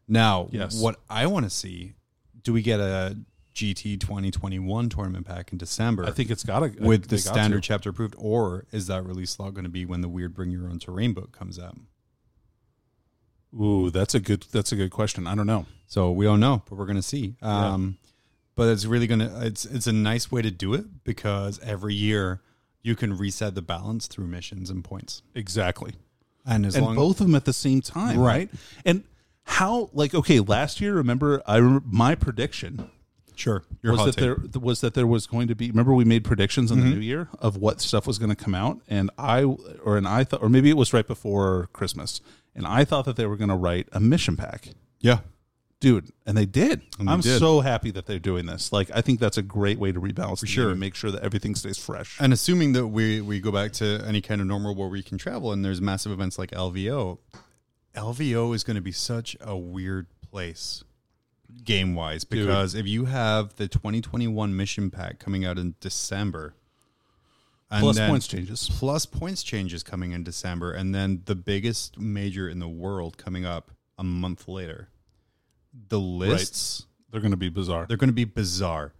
A: Now,
B: Yes.
A: what I want to see, do we get a GT 2021 tournament pack in December?
B: I think it's got to
A: with the standard chapter approved, or is that release slot going to be when the weird bring your own terrain book comes out?
B: Ooh, that's a good that's a good question. I don't know.
A: So we don't know, but we're gonna see. Um, But it's really gonna it's it's a nice way to do it because every year you can reset the balance through missions and points,
B: Exactly.
A: and as
B: and
A: long
B: both of them at the same time, right?
A: Right.
B: And how like okay, last year remember I rem my prediction
A: sure your
B: was
A: hot
B: that
A: take. Mm-hmm.
B: there th- was that there was going to be remember we made predictions in the new year of what stuff was going to come out and i or and i thought or maybe it was right before christmas and i thought that they were going to write a mission pack
A: yeah
B: dude and they did
A: And they
B: i'm
A: did.
B: so happy that they're doing this like i think that's a great way to rebalance for
A: sure.
B: and make sure that everything stays fresh
A: and assuming that we we go back to any kind of normal where we can travel and there's massive events like LVO, LVO is going to be such a weird place game wise because if you have the 2021 mission pack coming out in December. And
B: Plus
A: then-
B: points changes
A: plus points changes coming in December, and then the biggest major in the world coming up a month later. The lists
B: they're going to be bizarre
A: they're going to be bizarre,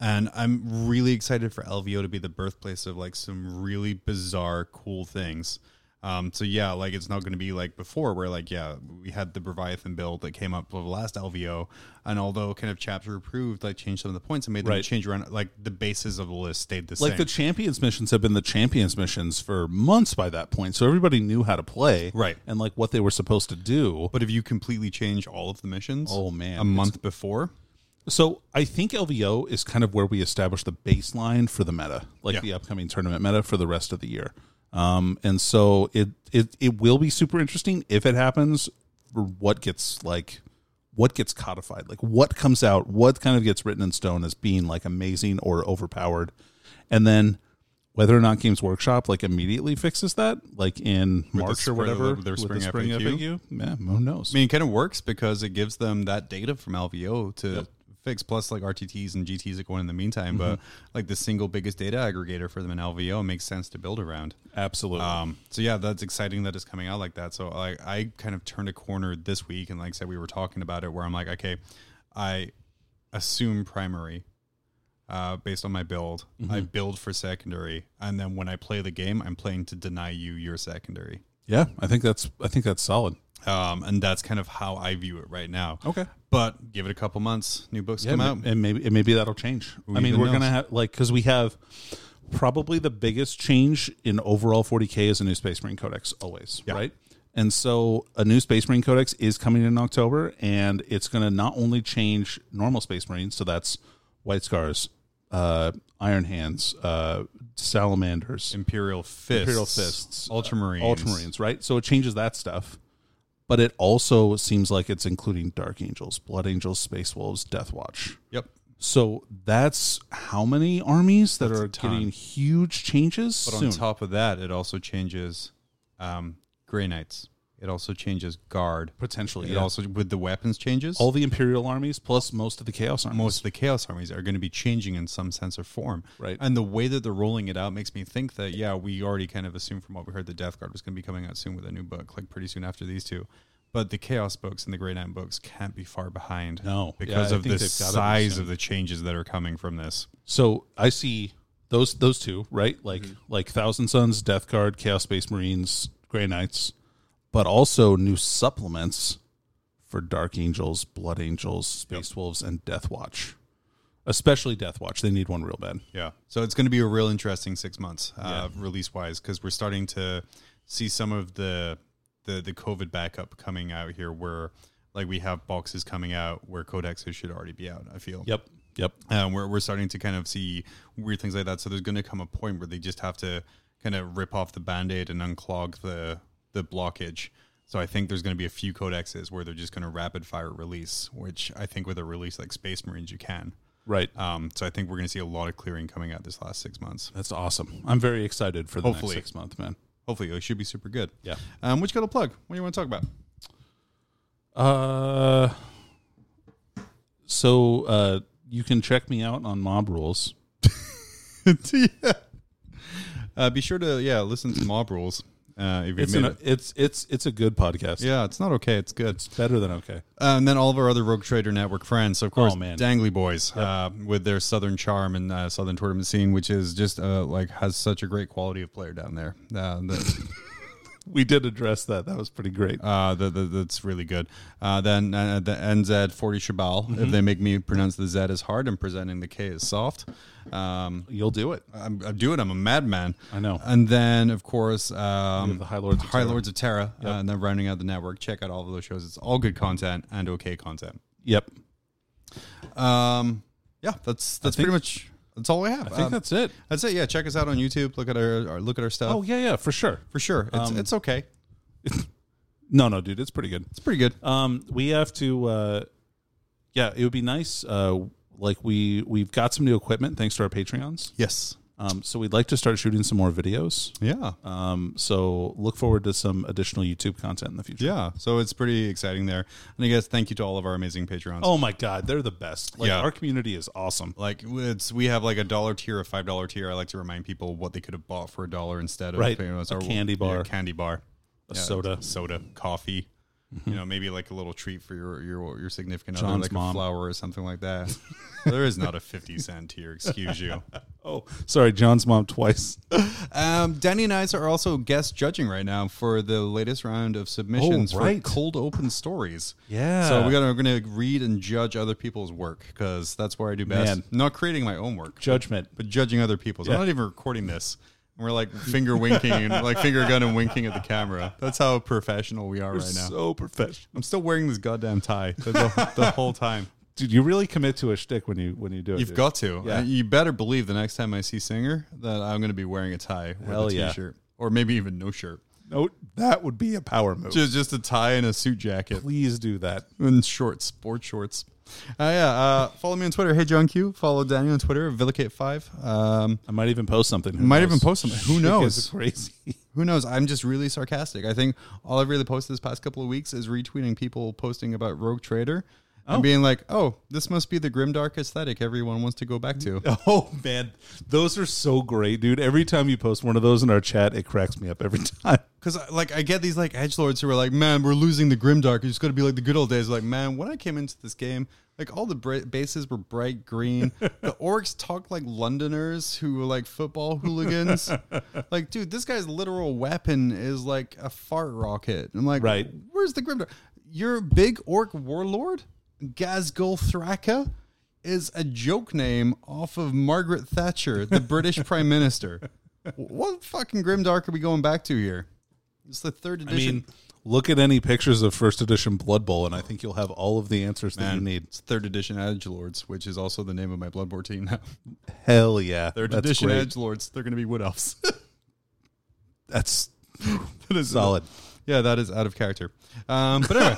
A: and I'm really excited for LVO to be the birthplace of like some really bizarre, cool things. Um, so yeah, like it's not going to be like before where like yeah we had the Leviathan build that came up with the last LVO, and although kind of chapter approved, like changed some of the points and made them
B: Right.
A: change around. Like the bases of the list stayed the
B: like
A: same.
B: the champions missions have been the champions missions for months by that point so everybody knew how to play
A: Right.
B: and like what they were supposed to do
A: But if you completely change all of the missions,
B: Oh, man.
A: a month before,
B: So I think LVO is kind of where we establish the baseline for the meta, like
A: Yeah.
B: the upcoming tournament meta for the rest of the year. Um, and so it it it will be super interesting if it happens. for What gets like what gets codified, like what comes out, what kind of gets written in stone as being like amazing or overpowered, and then whether or not Games Workshop like immediately fixes that, like in
A: the
B: March or
A: spring-
B: whatever,
A: with their spring
B: FAQ?
A: FAQ?
B: yeah, who knows?
A: I mean, it kind of works because it gives them that data from LVO to fix, plus like RTTs and GTs that go in in the meantime. But like the single biggest data aggregator for them in LVO makes sense to build around.
B: Absolutely.
A: Um, so yeah, that's exciting that it's coming out like that. So I, I kind of turned a corner this week, and like I said, we were talking about it where I'm like, okay, I assume primary uh, based on my build. I build for secondary, and then when I play the game, I'm playing to deny you your secondary.
B: yeah, I think that's I think that's solid.
A: Um, and that's kind of how I view it right now.
B: Okay.
A: But give it a couple months, new books
B: Yeah,
A: come
B: ma-
A: out.
B: and maybe and maybe that'll change. I mean,
A: even
B: we're gonna
A: knows?
B: have like because we have probably the biggest change in overall 40k is a new Space Marine Codex always,
A: Yeah.
B: right? And so a new Space Marine Codex is coming in October, and it's gonna not only change normal Space Marines, so that's White Scars, uh, Iron Hands, uh, Salamanders,
A: Imperial Fists,
B: Imperial Fists, uh,
A: Ultramarines,
B: Ultramarines, right? So it changes that stuff. But it also seems like it's including Dark Angels, Blood Angels, Space Wolves, Death Watch.
A: Yep.
B: So that's how many armies that
A: That's a
B: are
A: ton.
B: getting huge changes
A: But
B: soon.
A: on top of that, it also changes um, Grey Knights, It also changes guard.
B: Potentially,
A: It
B: yeah.
A: also with the weapons changes.
B: All the Imperial armies plus most of the Chaos armies.
A: most of the chaos armies are going to be changing in some sense or form.
B: Right.
A: And the way that they're rolling it out makes me think that yeah, we already kind of assumed from what we heard the Death Guard was going to be coming out soon with a new book, like pretty soon after these two. But the Chaos books and the Grey Knight books can't be far behind.
B: No.
A: because
B: Yeah, I
A: of
B: think
A: the
B: they've gotta be
A: size
B: soon.
A: of the changes that are coming from this.
B: So I see those those two right, like
A: Mm-hmm.
B: like Thousand Suns, Death Guard, Chaos Space Marines, Grey Knights, but also new supplements for Dark Angels, Blood Angels, Space Wolves, and Death Watch. Especially Death Watch, they need one real bad.
A: Yeah. So it's going to be a real interesting six months, uh, release wise, because we're starting to see some of the the the COVID backup coming out here, where like we have boxes coming out where codexes should already be out. I feel.
B: Yep, yep.
A: Um, we're we're starting to kind of see weird things like that. So there's going to come a point where they just have to kind of rip off the band-aid and unclog the the blockage. So I think there's going to be a few codexes where they're just going to rapid fire release, which I think with a release like Space Marines you can.
B: Right,
A: Um, so I think we're going to see a lot of clearing coming out this last six months.
B: that's awesome. I'm very excited for the
A: Hopefully.
B: next six month man.
A: Hopefully, it should be super good.
B: Yeah.
A: Um, which got a plug? What do you want to talk about?
B: Uh, so uh, you can check me out on Mob Rules.
A: yeah. Uh, be sure to yeah listen to Mob Rules. Uh, if you
B: It's
A: made
B: an,
A: it.
B: it's it's it's a good podcast.
A: Yeah, it's not okay. It's good.
B: better than okay.
A: Uh, and then all of our other Rogue Trader Network friends. So, of course,
B: Oh, man.
A: Dangley Boys uh, with their Southern charm and uh, Southern tournament scene, which is just uh, like has such a great quality of player down there. Uh, the,
B: We did address that. That was pretty great.
A: uh, the, the, that's really good. Uh, then uh, the NZ40 Shabal,
B: Mm-hmm.
A: if they make me pronounce the Z as hard and presenting the K as soft. Um,
B: You'll do it.
A: I'm, I'm doing. I'm a madman.
B: I know.
A: And then, of course, um,
B: Oh. have the High Lords of
A: High
B: Terra.
A: Lords of Terra, uh, and then rounding out the network. Check out all of those shows. It's all good content and okay content.
B: Yep.
A: Um, yeah, that's that's
B: think-
A: pretty much that's all I have. Um,
B: I think that's it.
A: that's it. Yeah, check us out on YouTube. Look at our, our look at our stuff.
B: Oh yeah, yeah, for sure.
A: for sure. It's
B: Um,
A: it's okay.
B: No, no, dude, it's pretty good.
A: It's pretty good.
B: Um, we have to. Uh, yeah, it would be nice. Uh, like we we've got some new equipment thanks to our Patreons.
A: Yes.
B: Um, so we'd like to start shooting some more videos.
A: Yeah.
B: Um, so look forward to some additional YouTube content in the future.
A: Yeah. So it's pretty exciting there. And I guess thank you to all of our amazing Patreons.
B: Oh my God, they're the best. Like
A: Yeah.
B: our community is awesome.
A: Like it's we have like a dollar tier, a five dollar tier. I like to remind people what they could have bought for a dollar instead of
B: Right.
A: you know, it's
B: A candy bar.
A: candy bar,
B: A soda.
A: soda, coffee. You know, maybe like a little treat for your your your significant other,
B: John's
A: like
B: mom.
A: a flower or something like that. there is not a fifty cent tier. Excuse you.
B: Oh, sorry, John's mom twice.
A: Um, Danny and I are also guest judging right now for the latest round of submissions
B: Oh, right.
A: for cold open stories.
B: Yeah.
A: So we got we're gonna read and judge other people's work because that's where I do best.
B: Man.
A: Not creating my own work,
B: Judgment.
A: but judging other people's.
B: Yeah.
A: I'm not even recording this. And we're like finger winking and like finger gun and winking at the camera. That's how professional we are
B: We're
A: right now.
B: so professional.
A: I'm still wearing this goddamn tie the, the, the whole time.
B: dude, you really commit to a shtick when you when you do it.
A: You've
B: dude.
A: got to.
B: Yeah.
A: Uh, You better believe the next time I see Singer that I'm going to be wearing a tie with
B: Hell
A: a
B: yeah.
A: t-shirt or maybe even no shirt.
B: no. That would be a power move.
A: Just just a tie and a suit jacket
B: Please do that.
A: and shorts, board shorts. Uh, yeah, uh, follow me on Twitter. Hey John Q. Follow Daniel on Twitter. Villicate five. Um,
B: I might even post something. Who
A: Might even post something. Who
B: Shtick
A: knows?
B: is crazy.
A: who knows? I'm just really sarcastic. I think all I've really posted this past couple of weeks is retweeting people posting about Rogue Trader and being like, "Oh, this must be the grimdark aesthetic everyone wants to go back to."
B: Oh man, those are so great, dude. Every time you post one of those in our chat, it cracks me up every time.
A: Because like I get these like edge lords who are like, "Man, we're losing the grimdark. It's going to be like the good old days." Like, man, when I came into this game, like all the bra- bases were bright green. the orcs talked like Londoners who were like football hooligans. like, dude, this guy's literal weapon is like a fart rocket. I'm like,
B: Right.
A: Where's the grimdark? Your big orc warlord, Gazgul Thraka. Is a joke name off of Margaret Thatcher, the British Prime Minister. What fucking grimdark are we going back to here? It's the third
B: I
A: edition.
B: mean, look at any pictures of first edition Blood Bowl, and I think you'll have all of the answers that you need.
A: it's third edition Edge Lords, which is also the name of my Bloodborne team now.
B: Hell yeah,
A: Third
B: that's
A: edition
B: great.
A: Edge Lords. They're going to be wood elves.
B: That's that is solid.
A: yeah, that is out of character. Um, but anyway,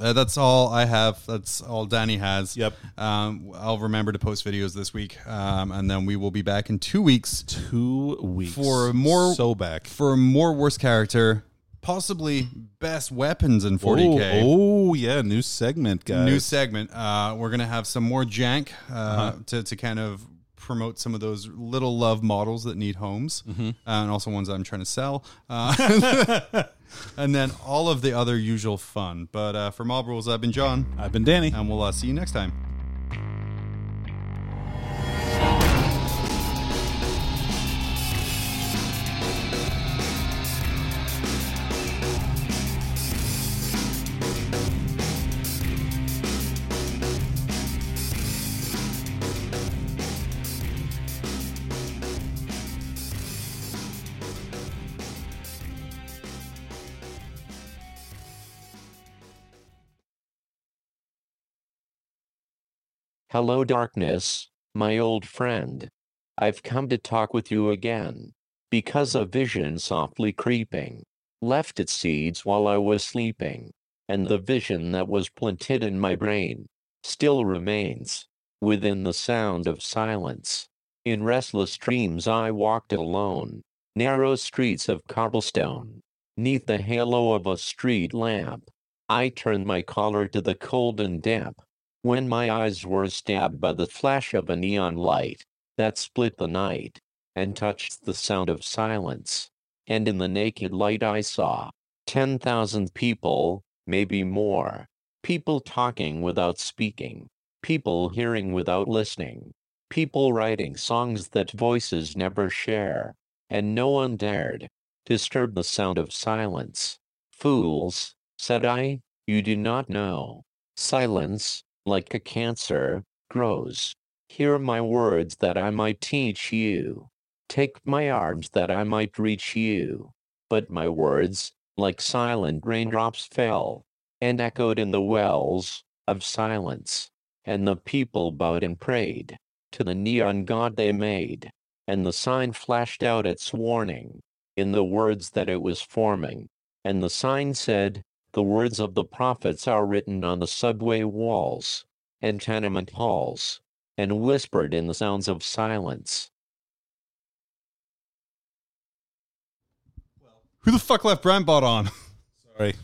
A: uh, that's all I have. That's all Danny has.
B: Yep.
A: Um, I'll remember to post videos this week, um, and then we will be back in two weeks
B: Two weeks
A: For more-
B: So back.
A: for more worse character possibly best weapons in
B: Oh,
A: 40K.
B: Oh, yeah, new segment, guys.
A: New segment. Uh, we're gonna have some more jank uh, to to kind of promote some of those little love models that need homes, uh, and also ones I'm trying to sell. Uh, and then all of the other usual fun. But uh, for Mob Rules, I've been John,
B: I've been Danny.
A: and we'll uh, see you next time.
C: Hello, darkness, my old friend. I've come to talk with you again. Because a vision softly creeping left its seeds while I was sleeping, and the vision that was planted in my brain still remains within the sound of silence. In restless dreams, I walked alone, narrow streets of cobblestone, neath the halo of a street lamp. I turned my collar to the cold and damp when my eyes were stabbed by the flash of a neon light that split the night and touched the sound of silence. And in the naked light, I saw 10,000 people, maybe more, people talking without speaking, people hearing without listening, people writing songs that voices never share, and no one dared disturb the sound of silence. Fools, said I, you do not know. Silence, like a cancer, grows. Hear my words that I might teach you. Take my arms that I might reach you. But my words, like silent raindrops, fell and echoed in the wells of silence. And the people bowed and prayed to the neon god they made. And the sign flashed out its warning in the words that it was forming. And the sign said, the words of the prophets are written on the subway walls and tenement halls and whispered in the sounds of silence.
A: Who the fuck left Brand Bot on?
B: Sorry.